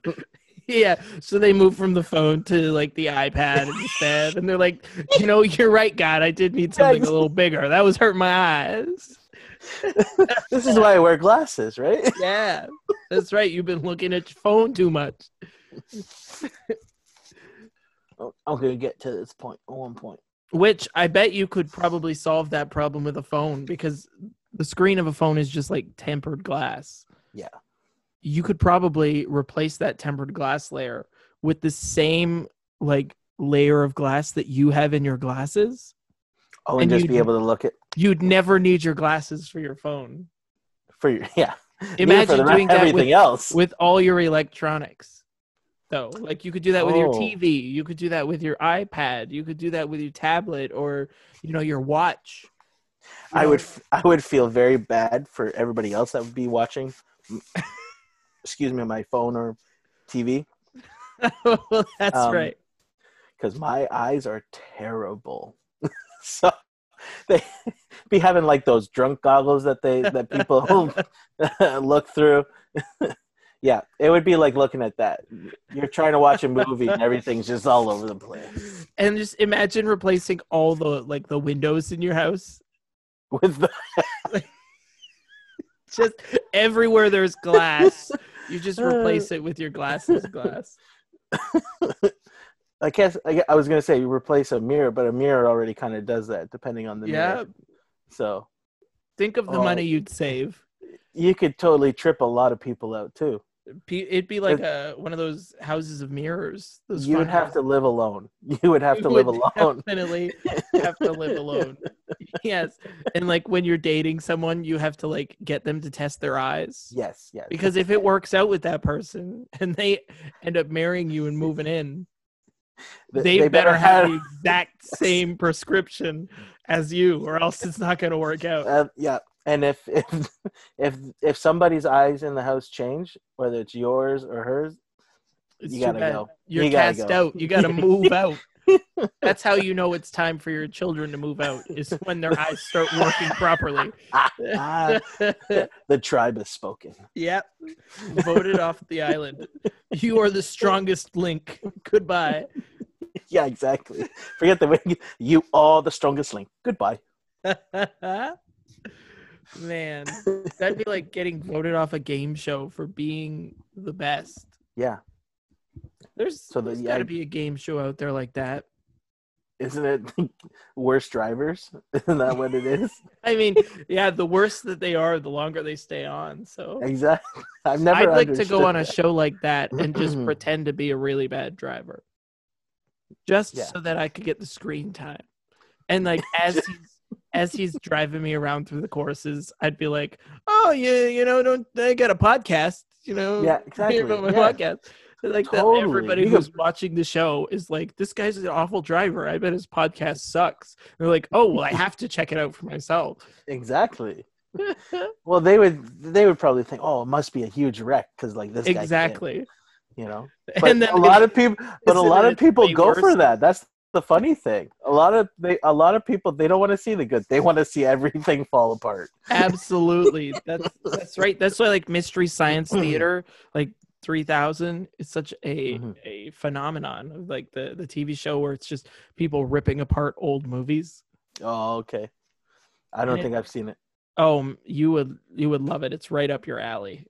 A: Yeah. So they move from the phone to like the iPad instead, and they're like, you know, you're right, God. I did need something a little bigger. That was hurting my eyes.
B: this is why i wear glasses right
A: Yeah, that's right. You've been looking at your phone too much.
B: i'm gonna get to this point at one point
A: Which I bet you could probably solve that problem with a phone because the screen of a phone is just like tempered glass.
B: Yeah.
A: You could probably replace that tempered glass layer with the same like layer of glass that you have in your glasses.
B: oh and,
A: And
B: just
A: you-
B: be able to look at
A: You'd never need your glasses for your phone
B: for your yeah Neither
A: Imagine
B: the-
A: doing that with-
B: everything else
A: with all your electronics. Though, like you could do that with your
B: Oh.
A: TV, you could do that with your iPad, you could do that with your tablet or you know your watch. You
B: I
A: know,
B: would f- I would feel very bad for everybody else that would be watching. Excuse me, my phone or TV
A: well, that's
B: Um,
A: right.
B: because my eyes are terrible. so they be having like those drunk goggles that they that people look through. yeah, it would be like looking at that. You're trying to watch a movie and everything's just all over the place
A: And just imagine replacing all the like the windows in your house.
B: with the
A: Just everywhere there's glass, you just replace it with your glasses glass.
B: I guess I, gue- I was gonna say you replace a mirror, but a mirror already kind of does that depending on the
A: Yeah.
B: mirror. So
A: Think of the
B: Oh.
A: money you'd save.
B: you could totally trip a lot of people out too.
A: P- It'd be like a, one of those houses of mirrors. Those
B: You
A: fun
B: would have
A: houses.
B: to live alone. You would have
A: You
B: to live
A: would
B: alone.
A: Definitely have to live alone. yes, and like when you're dating someone, you have to like get them to test their eyes.
B: Yes, yes.
A: because if it works out with that person and they end up marrying you and moving in
B: Th-
A: they, better, have the exact
B: Yes.
A: same prescription as you or else it's not going to work out
B: Uh, yeah, and if if if if somebody's eyes in the house change, whether it's yours or hers,
A: it's
B: you
A: too
B: gotta
A: bad.
B: go.
A: you're
B: You gotta
A: cast
B: go.
A: out you got to move out that's how you know it's time for your children to move out is when their eyes start working properly
B: ah, the tribe has spoken.
A: yep voted off the island you are the strongest link goodbye
B: Yeah, exactly. Forget the way you, you are the strongest link. Goodbye.
A: Man, that'd be like getting voted off a game show for being the best.
B: Yeah,
A: There's,
B: So the-
A: there's
B: yeah,
A: got to
B: I-
A: be a game show out there like that.
B: isn't it worse drivers? Isn't that what it is?
A: I mean, yeah, the worse that they are, the longer they stay on. So
B: Exactly. I've
A: I'd
B: never.
A: like to
B: understood
A: go on a
B: that.
A: show like that and just pretend to be a really bad driver, just
B: Yeah.
A: so that I could get the screen time. And like as he's as he's driving me around through the courses, I'd be like, "Oh, yeah, you know, don't I got a podcast? You know,
B: Yeah,
A: hear
B: exactly.
A: about my
B: Yeah.
A: podcast. Like that
B: Totally.
A: everybody
B: You
A: who's watching the show is like, this guy's an awful driver. I bet his podcast sucks. And they're like, oh well, I have to check it out for myself.
B: Exactly. well, they would they would probably think, oh, it must be a huge wreck because like this guy can't-
A: exactly.
B: you know. But
A: and then
B: a lot of people, but a
A: isn't
B: lot
A: it
B: of people
A: way
B: go for
A: worse?
B: that. That's the funny thing. A lot of they, a lot of people, they don't want to see the good. They want to see everything fall apart.
A: absolutely that's that's right. That's why like mystery science theater like 3000 is such a
B: Mhm.
A: a phenomenon of like the the TV show where it's just people ripping apart old movies.
B: Oh, okay. I don't
A: And it-
B: think I've seen it.
A: Oh, m- you would you would love it. It's right up your alley.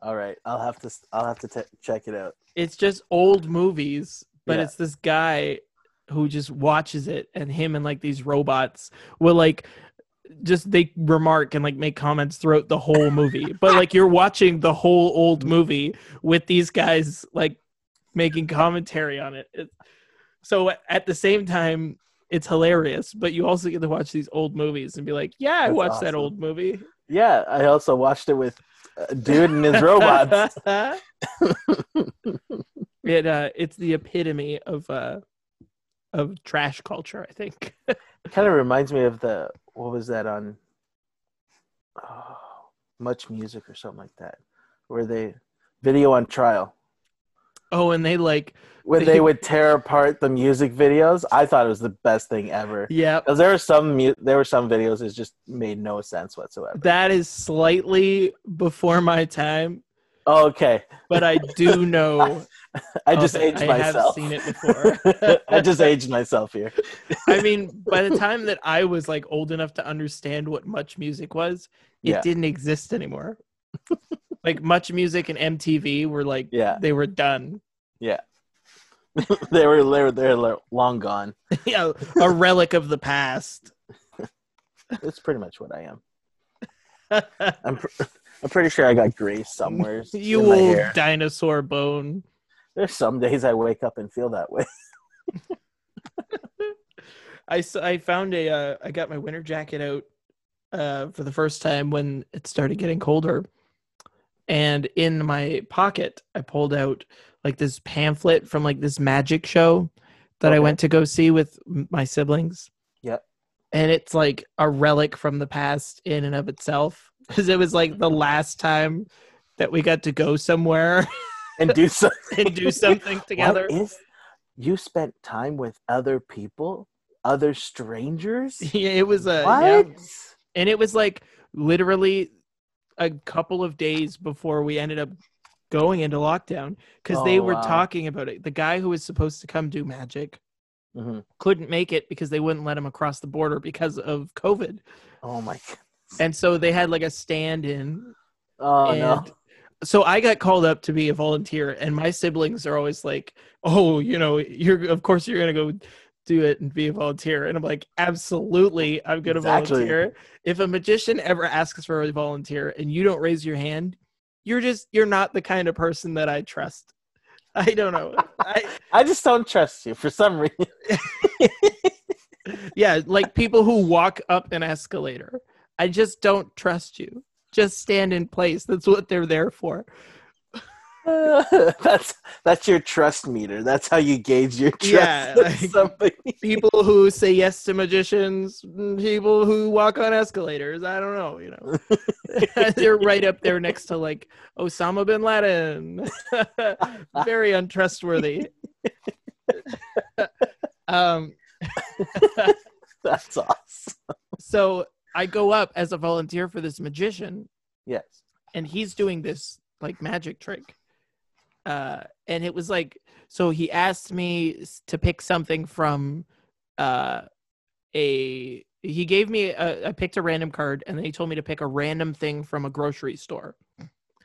B: All right, I'll have to. s- I'll have to t- check it out.
A: It's just old movies, but
B: Yeah.
A: it's this guy who just watches it and him and like these robots will like just they remark and like make comments throughout the whole movie. but like you're watching the whole old movie with these guys like making commentary on it. it so at the same time it's hilarious, but you also get to watch these old movies and be like, "Yeah, I
B: That's
A: watched that
B: awesome.
A: old movie."
B: Yeah, I also watched it with a dude and his robots.
A: it uh, it's the epitome of uh, of trash culture, I think.
B: kind of reminds me of the what was that on oh, much music or something like that where they video on trial
A: Oh, and they like,
B: where they would tear apart the music videos i thought it was the best thing ever
A: yeah,
B: 'Cause there were some mu- there were some videos that just made no sense whatsoever
A: that is slightly before my time,
B: oh, okay
A: but I do know.
B: i just
A: of it.
B: aged
A: I
B: myself
A: have seen it before.
B: i just aged myself here
A: I mean, by the time that I was like old enough to understand what much music was, it
B: Yeah.
A: didn't exist anymore. like much music and MTV were like
B: yeah
A: they were done.
B: they were they were, they were long gone
A: yeah, a relic of the past.
B: that's pretty much what i am i'm, pr- I'm pretty sure i got grease somewhere
A: you
B: in my
A: old
B: hair.
A: dinosaur bone.
B: There's some days I wake up and feel that way.
A: I, s- I found a uh, I got my winter jacket out uh, for the first time when it started getting colder, and in my pocket I pulled out like this pamphlet from like this magic show that I
B: Okay.
A: went to go see with m- my siblings.
B: Yep.
A: And it's like a relic from the past in and of itself because it was like the last time that we got to go somewhere
B: And do something
A: and do something together.
B: What is, you spent time with other people, other strangers.
A: Yeah, it was a
B: what?
A: yeah. and it was like literally a couple of days before we ended up going into lockdown because they
B: Oh,
A: were
B: wow.
A: talking about it. The guy who was supposed to come do magic
B: Mhm.
A: couldn't make it because they wouldn't let him across the border because of COVID,
B: Oh my god.
A: and so they had like a stand-in.
B: Oh no.
A: and So I got called up to be a volunteer, and my siblings are always like, "Oh, you know, you're of course you're gonna go." Do it and be a volunteer, and I'm like, absolutely, I'm gonna
B: Exactly.
A: volunteer if a magician ever asks for a volunteer and you don't raise your hand, you're just you're not the kind of person that I trust. I don't know. I
B: I just don't trust you for some reason.
A: yeah, like people who walk up an escalator. I just don't trust you. Just stand in place. That's what they're there for.
B: that's that's your trust meter. That's how you gauge your trust.
A: Yeah,
B: Yeah,
A: like-
B: something.
A: People who say yes to magicians, mm, people who walk on escalators. I don't know, you know. they're right up there next to like Osama bin Laden. very untrustworthy. um,
B: That's awesome.
A: so I go up as a volunteer for this magician,
B: Yes.
A: and he's doing this like magic trick. Uh, and it was like, so he asked me s- to pick something from uh, a. He gave me, a, I picked a random card, and then he told me to pick a random thing from a grocery store.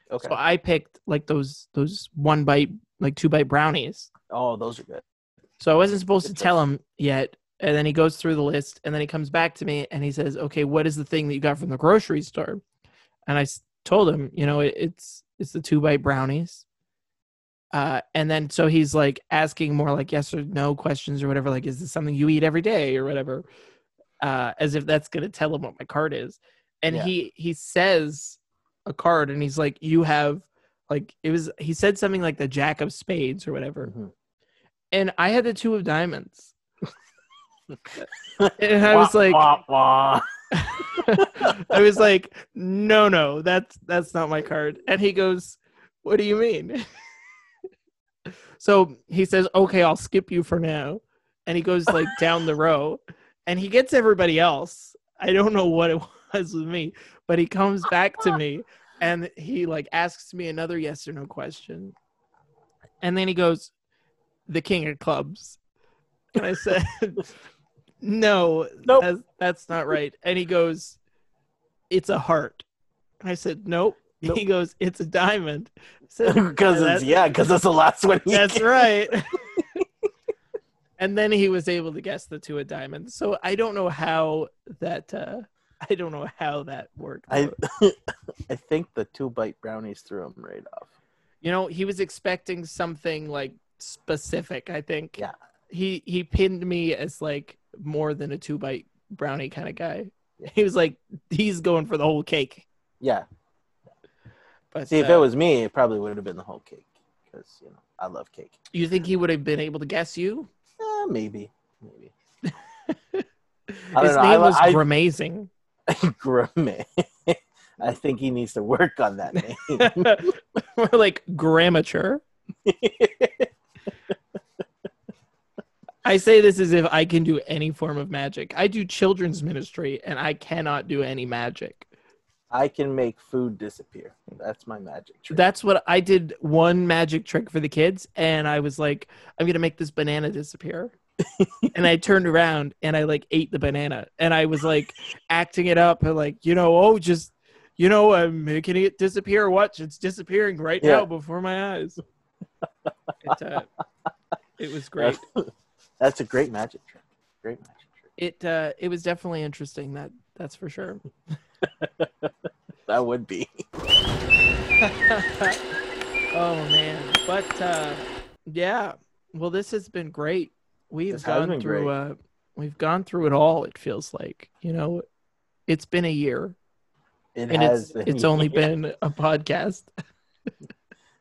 B: Okay.
A: So I picked like those those one bite, like two bite brownies.
B: Oh, those are good.
A: So I wasn't supposed to
B: Good
A: tell him yet. And then he goes through the list and then he comes back to me and he says, Okay, what is the thing that you got from the grocery store? And I s- told him, You know, it, it's it's the two bite brownies. Uh, and then so he's like asking more like yes or no questions or whatever, like, is this something you eat every day or whatever? Uh, as if that's gonna tell him what my card is. And
B: Yeah.
A: he he says a card and he's like, You have like it was he said something like the jack of spades or whatever
B: Mhm.
A: and I had the two of diamonds. and I was
B: Wah,
A: like,
B: wah, wah.
A: I was like, no, no, that's that's not my card. And he goes, what do you mean? So he says, "Okay, I'll skip you for now," and he goes like down the row, and he gets everybody else. I don't know what it was with me, but he comes back to me, and he like asks me another yes or no question, and then he goes, "The king of clubs," and I said, "No,
C: Nope.
A: that's, that's not right." And he goes, "It's a heart," and I said, "Nope."
B: Nope.
A: He goes, "It's a diamond." I said,
B: Because
A: "That-
B: it's yeah, because that's the last one. he
A: that's
B: gave.
A: right. and then he was able to guess the two of diamonds. So I don't know how that uh I don't know how that worked.
B: I
A: out.
B: I think the two bite brownies threw him right off.
A: you know, he was expecting something like specific, I think.
B: Yeah.
A: He he pinned me as like more than a two bite brownie kind of guy. He was like, he's going for the whole cake.
B: Yeah.
A: But
B: See, if
A: uh,
B: it was me, it probably would have been the whole cake because you know I love cake.
A: you think he would have been able to guess you?
B: Eh, maybe, maybe.
A: His
B: I don't know. I
A: name
B: li-
A: was
B: I-
A: Gramazing.
B: Grimmie. I think he needs to work on that name.
A: More like gramature. I say this as if I can do any form of magic. I do children's ministry and I cannot do any magic.
B: I can make food disappear. That's my magic trick.
A: That's what I did one magic trick for the kids and I was like, I'm going to make this banana disappear. and I turned around and I like ate the banana and I was like acting it up and like, you know, oh, just, you know, I'm making it disappear. Watch, it's disappearing right
B: Yeah.
A: now before my eyes. it, uh, it was great.
B: That's a great magic trick. Great magic trick.
A: it uh it was definitely interesting that that's for sure
B: That would be.
A: oh man but uh yeah well this has been great we've
B: This has
A: gone
B: been
A: through
B: great.
A: uh we've gone through it all it feels like you know it's been a year
B: It
A: and
B: has
A: it's
B: been.
A: it's only been a podcast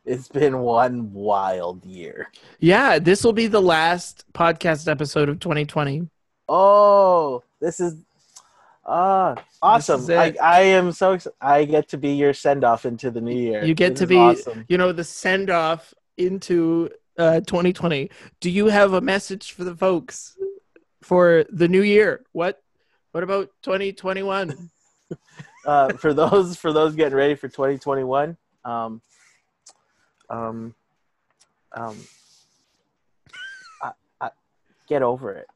B: It's been one wild year.
A: yeah this will be the last podcast episode of 2020
B: Oh, this is ah awesome!
A: is
B: I,
A: it.
B: I am so excited. I get to be your send off into the new year.
A: You get
B: This
A: to
B: is
A: be-
B: awesome.
A: you know the send off into uh 2020 do you have a message for the folks for the new year what what about 2021
B: uh, for those for those getting ready for 2021. Um, um, um, I, I, get over it.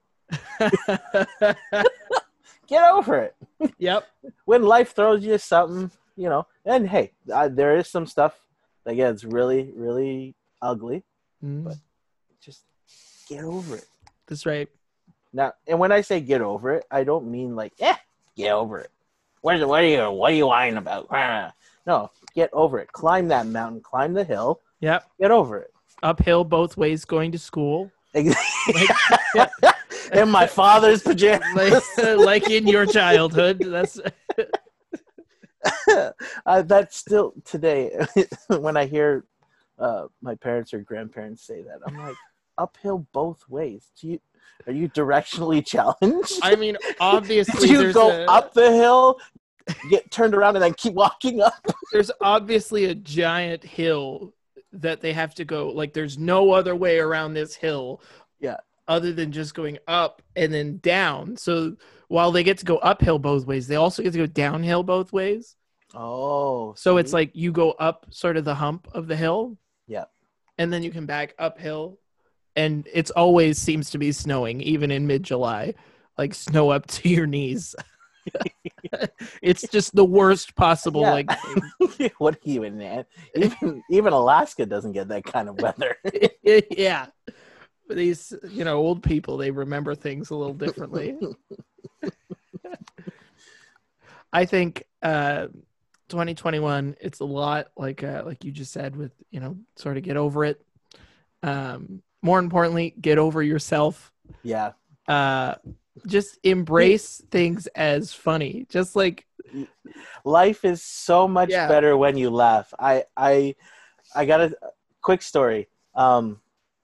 B: Get over it.
A: yep
B: when life throws you something, you know, and hey, I, there is some stuff that gets really, really ugly.
A: Mm,
B: Just get over it.
A: that's right
B: Now, and when I say get over it, I don't mean like, eh, get over it. What, what are you, what are you whining about? Ah. No, get over it. Climb that mountain, climb the hill,
A: yep
B: get over it.
A: uphill both ways going to school
B: in my father's pajamas.
A: like, like in your childhood that's
B: uh, that's still today when I hear uh, my parents or grandparents say that, I'm like, uphill both ways. Do you are you directionally challenged?
A: i mean obviously
B: Do you
A: there's
B: go
A: a-
B: up the hill, get turned around, and then keep walking up?
A: there's obviously a giant hill that they have to go like there's no other way around this hill
B: Yeah.
A: other than just going up and then down so while they get to go uphill both ways they also get to go downhill both ways
B: Oh,
A: so it's
B: see?
A: like you go up sort of the hump of the hill
B: Yeah.
A: and then you can back uphill and it's always seems to be snowing even in mid-july like snow up to your knees it's just the worst possible
B: Yeah.
A: like thing.
B: what are you in that? Even even Alaska doesn't get that kind of weather.
A: yeah. But These, you know, old people, they remember things a little differently. I think uh, 2021, it's a lot like uh, like you just said with, you know, sort of get over it. Um, more importantly, get over yourself.
B: yeah,
A: Uh, just embrace things as funny. Just like
B: life is so much
A: Yeah.
B: better when you laugh. I I I got a quick story. Um,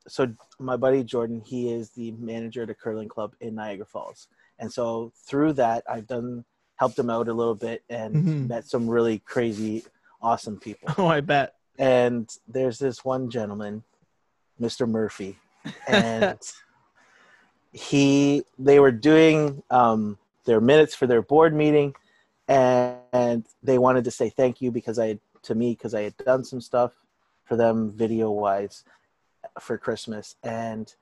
B: so my buddy Jordan, he is the manager at a curling club in Niagara Falls, and so through that, I've done helped him out a little bit and
A: Mhm.
B: met some really crazy, awesome people.
A: oh, I bet.
B: And there's this one gentleman Mr. Murphy, and he they were doing um, their minutes for their board meeting, and, and they wanted to say thank you because I had, to me because I had done some stuff for them video wise for Christmas, and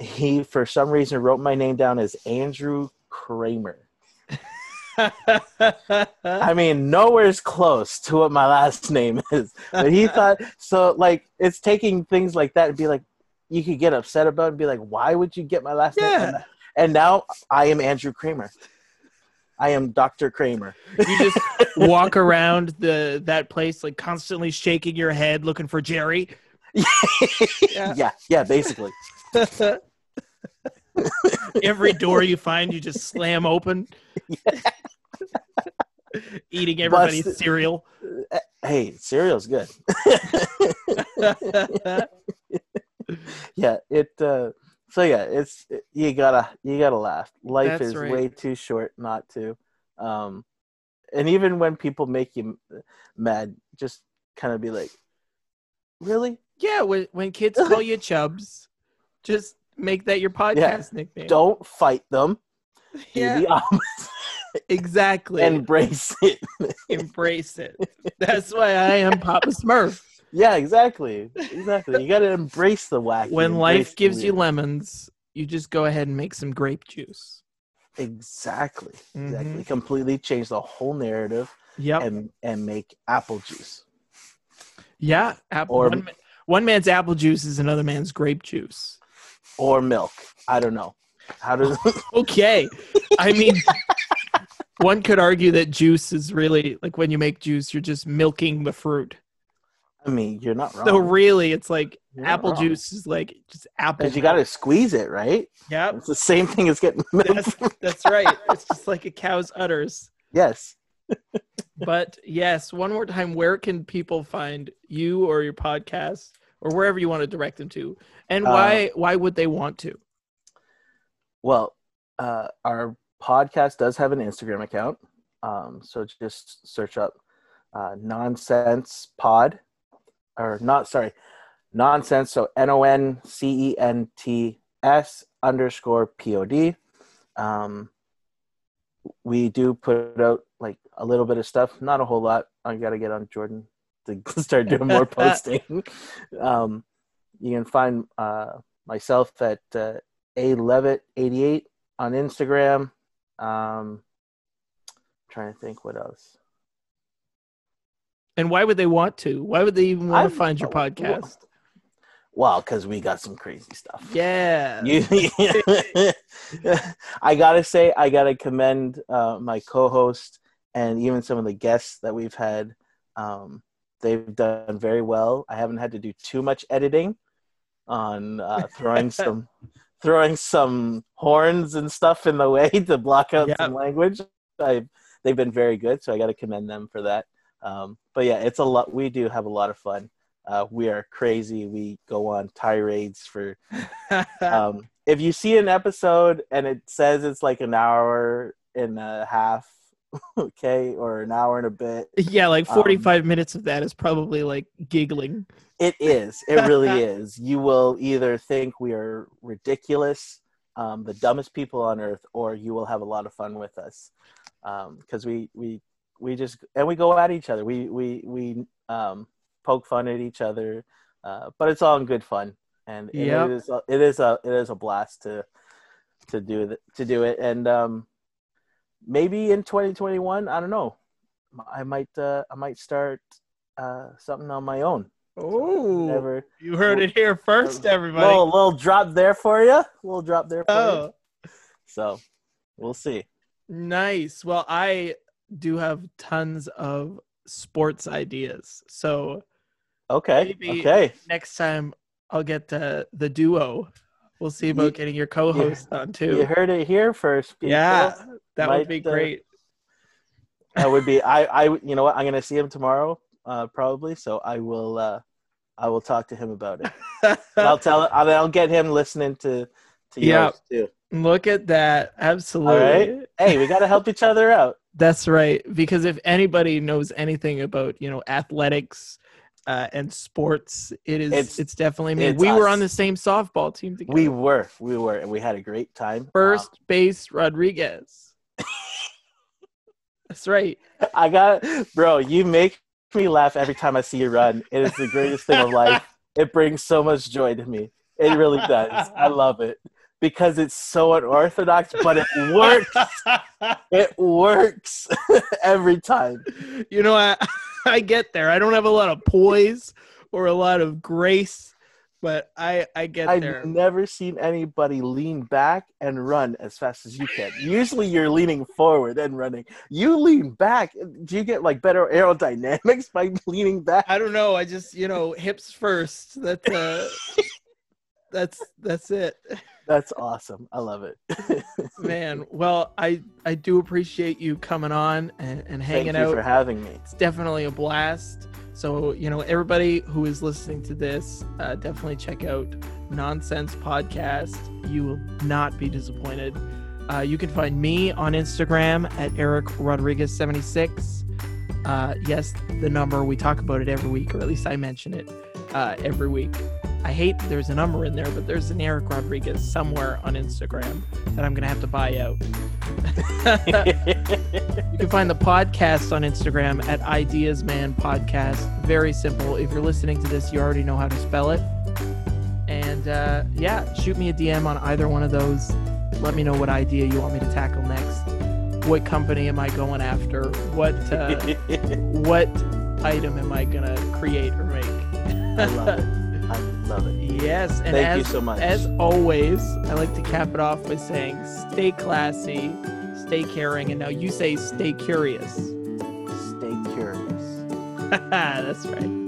B: he for some reason wrote my name down as Andrew Kramer. I mean, nowhere's close to what my last name is. But he thought so. Like, it's taking things like that and be like, you could get upset about it and be like, why would you get my last name?
A: yeah.
B: And- And now I am Andrew Kramer. I am Doctor Kramer.
A: You just walk around the that place like constantly shaking your head looking for Jerry. Yeah.
B: Yeah, yeah, basically.
A: Every door you find you just slam open. Eating everybody's
B: Busted.
A: cereal.
B: hey, cereal's good. yeah, it. Uh, so yeah, it's you gotta you gotta laugh. Life
A: That's
B: is
A: right.
B: way too short not to. Um, and even when people make you m- mad, just kind of be like, really?
A: yeah, when when kids call you chubs, just make that your podcast nickname.
B: Don't fight them.
A: yeah,
B: Do the opposite.
A: exactly.
B: Embrace it.
A: embrace it. That's why I am Papa Smurf.
B: Yeah, exactly. Exactly. You gotta embrace the whack.
A: When life gives you lemons, you just go ahead and make some grape juice.
B: exactly, exactly,
A: Mhm.
B: completely change the whole narrative
A: Yep.
B: and and make apple juice.
A: yeah. Apple,
B: or-
A: one, ma- one man's apple juice is another man's grape juice.
B: or milk. I don't know. How does
A: Okay. I mean, one could argue that juice is really like when you make juice, you're just milking the fruit.
B: I mean? You're not wrong.
A: So really, it's like
B: You're not
A: apple
B: wrong.
A: juice is like just apple.
B: 'Cause you got to squeeze it, right?
A: Yep.
B: It's the same thing as getting milk.
A: That's, that's right. It's just like a cow's udders.
B: yes.
A: but yes, one more time, where can people find you or your podcast or wherever you want to direct them to? And
B: Uh,
A: why why would they want to?
B: Well, uh, our podcast does have an Instagram account, um, so just search up uh, Nonsense Pod, or not. Sorry, Nonsense. So N O N C E N T S underscore P O D. Um, we do put out like a little bit of stuff, not a whole lot. I got to get on Jordan to start doing more posting. um, you can find uh, myself at uh, a Levitt eighty eight on Instagram. Um, trying to think what else.
A: And why would they want to? Why would they even want
B: I'm-
A: to find your
B: well,
A: podcast?
B: Wow, because we got some crazy stuff.
A: Yeah.
B: You, I gotta say, I gotta commend uh, my co-host and even some of the guests that we've had. Um, they've done very well. I haven't had to do too much editing on uh, throwing some throwing some horns and stuff in the way to block out
A: Yep.
B: some language. I, they've been very good, so I gotta commend them for that. Um, but yeah, it's a lot. We do have a lot of fun. Uh, we are crazy. We go on tirades for um, if you see an episode and it says it's like an hour and a half, okay, or an hour and a bit,
A: yeah, like
B: um,
A: 45 minutes of that is probably like giggling.
B: it is. It really is. You will either think we are ridiculous, um, the dumbest people on earth, or you will have a lot of fun with us because we we we just and we go at each other. We we we um, poke fun at each other, uh, but it's all in good fun, and, and
A: Yep.
B: it is a, it is a it is a blast to to do th- to do it. And um, maybe in 2021, I don't know. I might uh, I might start uh, something on my own.
A: Oh,
B: Never.
A: you heard it here first, everybody.
B: Little, little drop there for you. Little drop there for you.
A: oh,
B: So we'll see.
A: nice. Well, I do have tons of sports ideas. So
B: Okay.
A: Maybe-
B: Okay.
A: next time I'll get the the duo. We'll see about
B: You-
A: getting your co-host on
B: You
A: too.
B: heard it here first. people.
A: Yeah, that would
B: might,
A: be
B: uh,
A: great.
B: That would be. I. I. You know what? I'm gonna see him tomorrow, uh, probably. So I will. Uh, I will talk to him about it. And I'll tell. I'll, I'll get him listening to. To
A: Yeah.
B: yours too.
A: Look at that. Absolutely.
B: Hey, we gotta help each other out.
A: That's right. Because if anybody knows anything about, you know, athletics, uh, and sports. It is. It's,
B: It's-
A: definitely me.
B: it's
A: We were
B: us.
A: on the same softball team together.
B: We were, we were, and we had a great time.
A: first base Rodriguez. That's right.
B: Um, I got, bro. You make me laugh every time I see you run. It is the greatest thing of life. It brings so much joy to me. It really does. I love it because it's so unorthodox, but it works. It works every time.
A: You know, I I get there. I don't have a lot of poise or a lot of grace, but I I get
B: I've
A: there.
B: never seen anybody lean back and run as fast as you can. Usually you're leaning forward and running. You lean back. Do you get like better aerodynamics by leaning back?
A: I don't know. I just you know hips first. That's uh, that's that's it,
B: That's awesome. I love it.
A: man. Well, I I do appreciate you coming on and, and hanging
B: Thank
A: out.
B: you for having me.
A: it's definitely a blast. So, you know, everybody who is listening to this, uh, definitely check out Nonsense Podcast. You will not be disappointed. Uh, you can find me on Instagram at Eric Rodriguez76. Uh, yes, the number, we talk about it every week, or at least I mention it uh, every week. I hate that there's a number in there, but there's an Eric Rodriguez somewhere on Instagram that I'm going to have to buy out. You can find the podcast on Instagram at Ideas Man Podcast. Very simple. If you're listening to this, you already know how to spell it. And uh, yeah, shoot me a DM on either one of those. Let me know what idea you want me to tackle next. What company am I going after? What uh, what item am I gonna create or make?
B: I love it. I love it.
A: Yes, and
B: Thank
A: as
B: you so much.
A: as always, I like to cap it off by saying stay classy, stay caring, and now you say stay curious.
B: Stay curious.
A: That's right.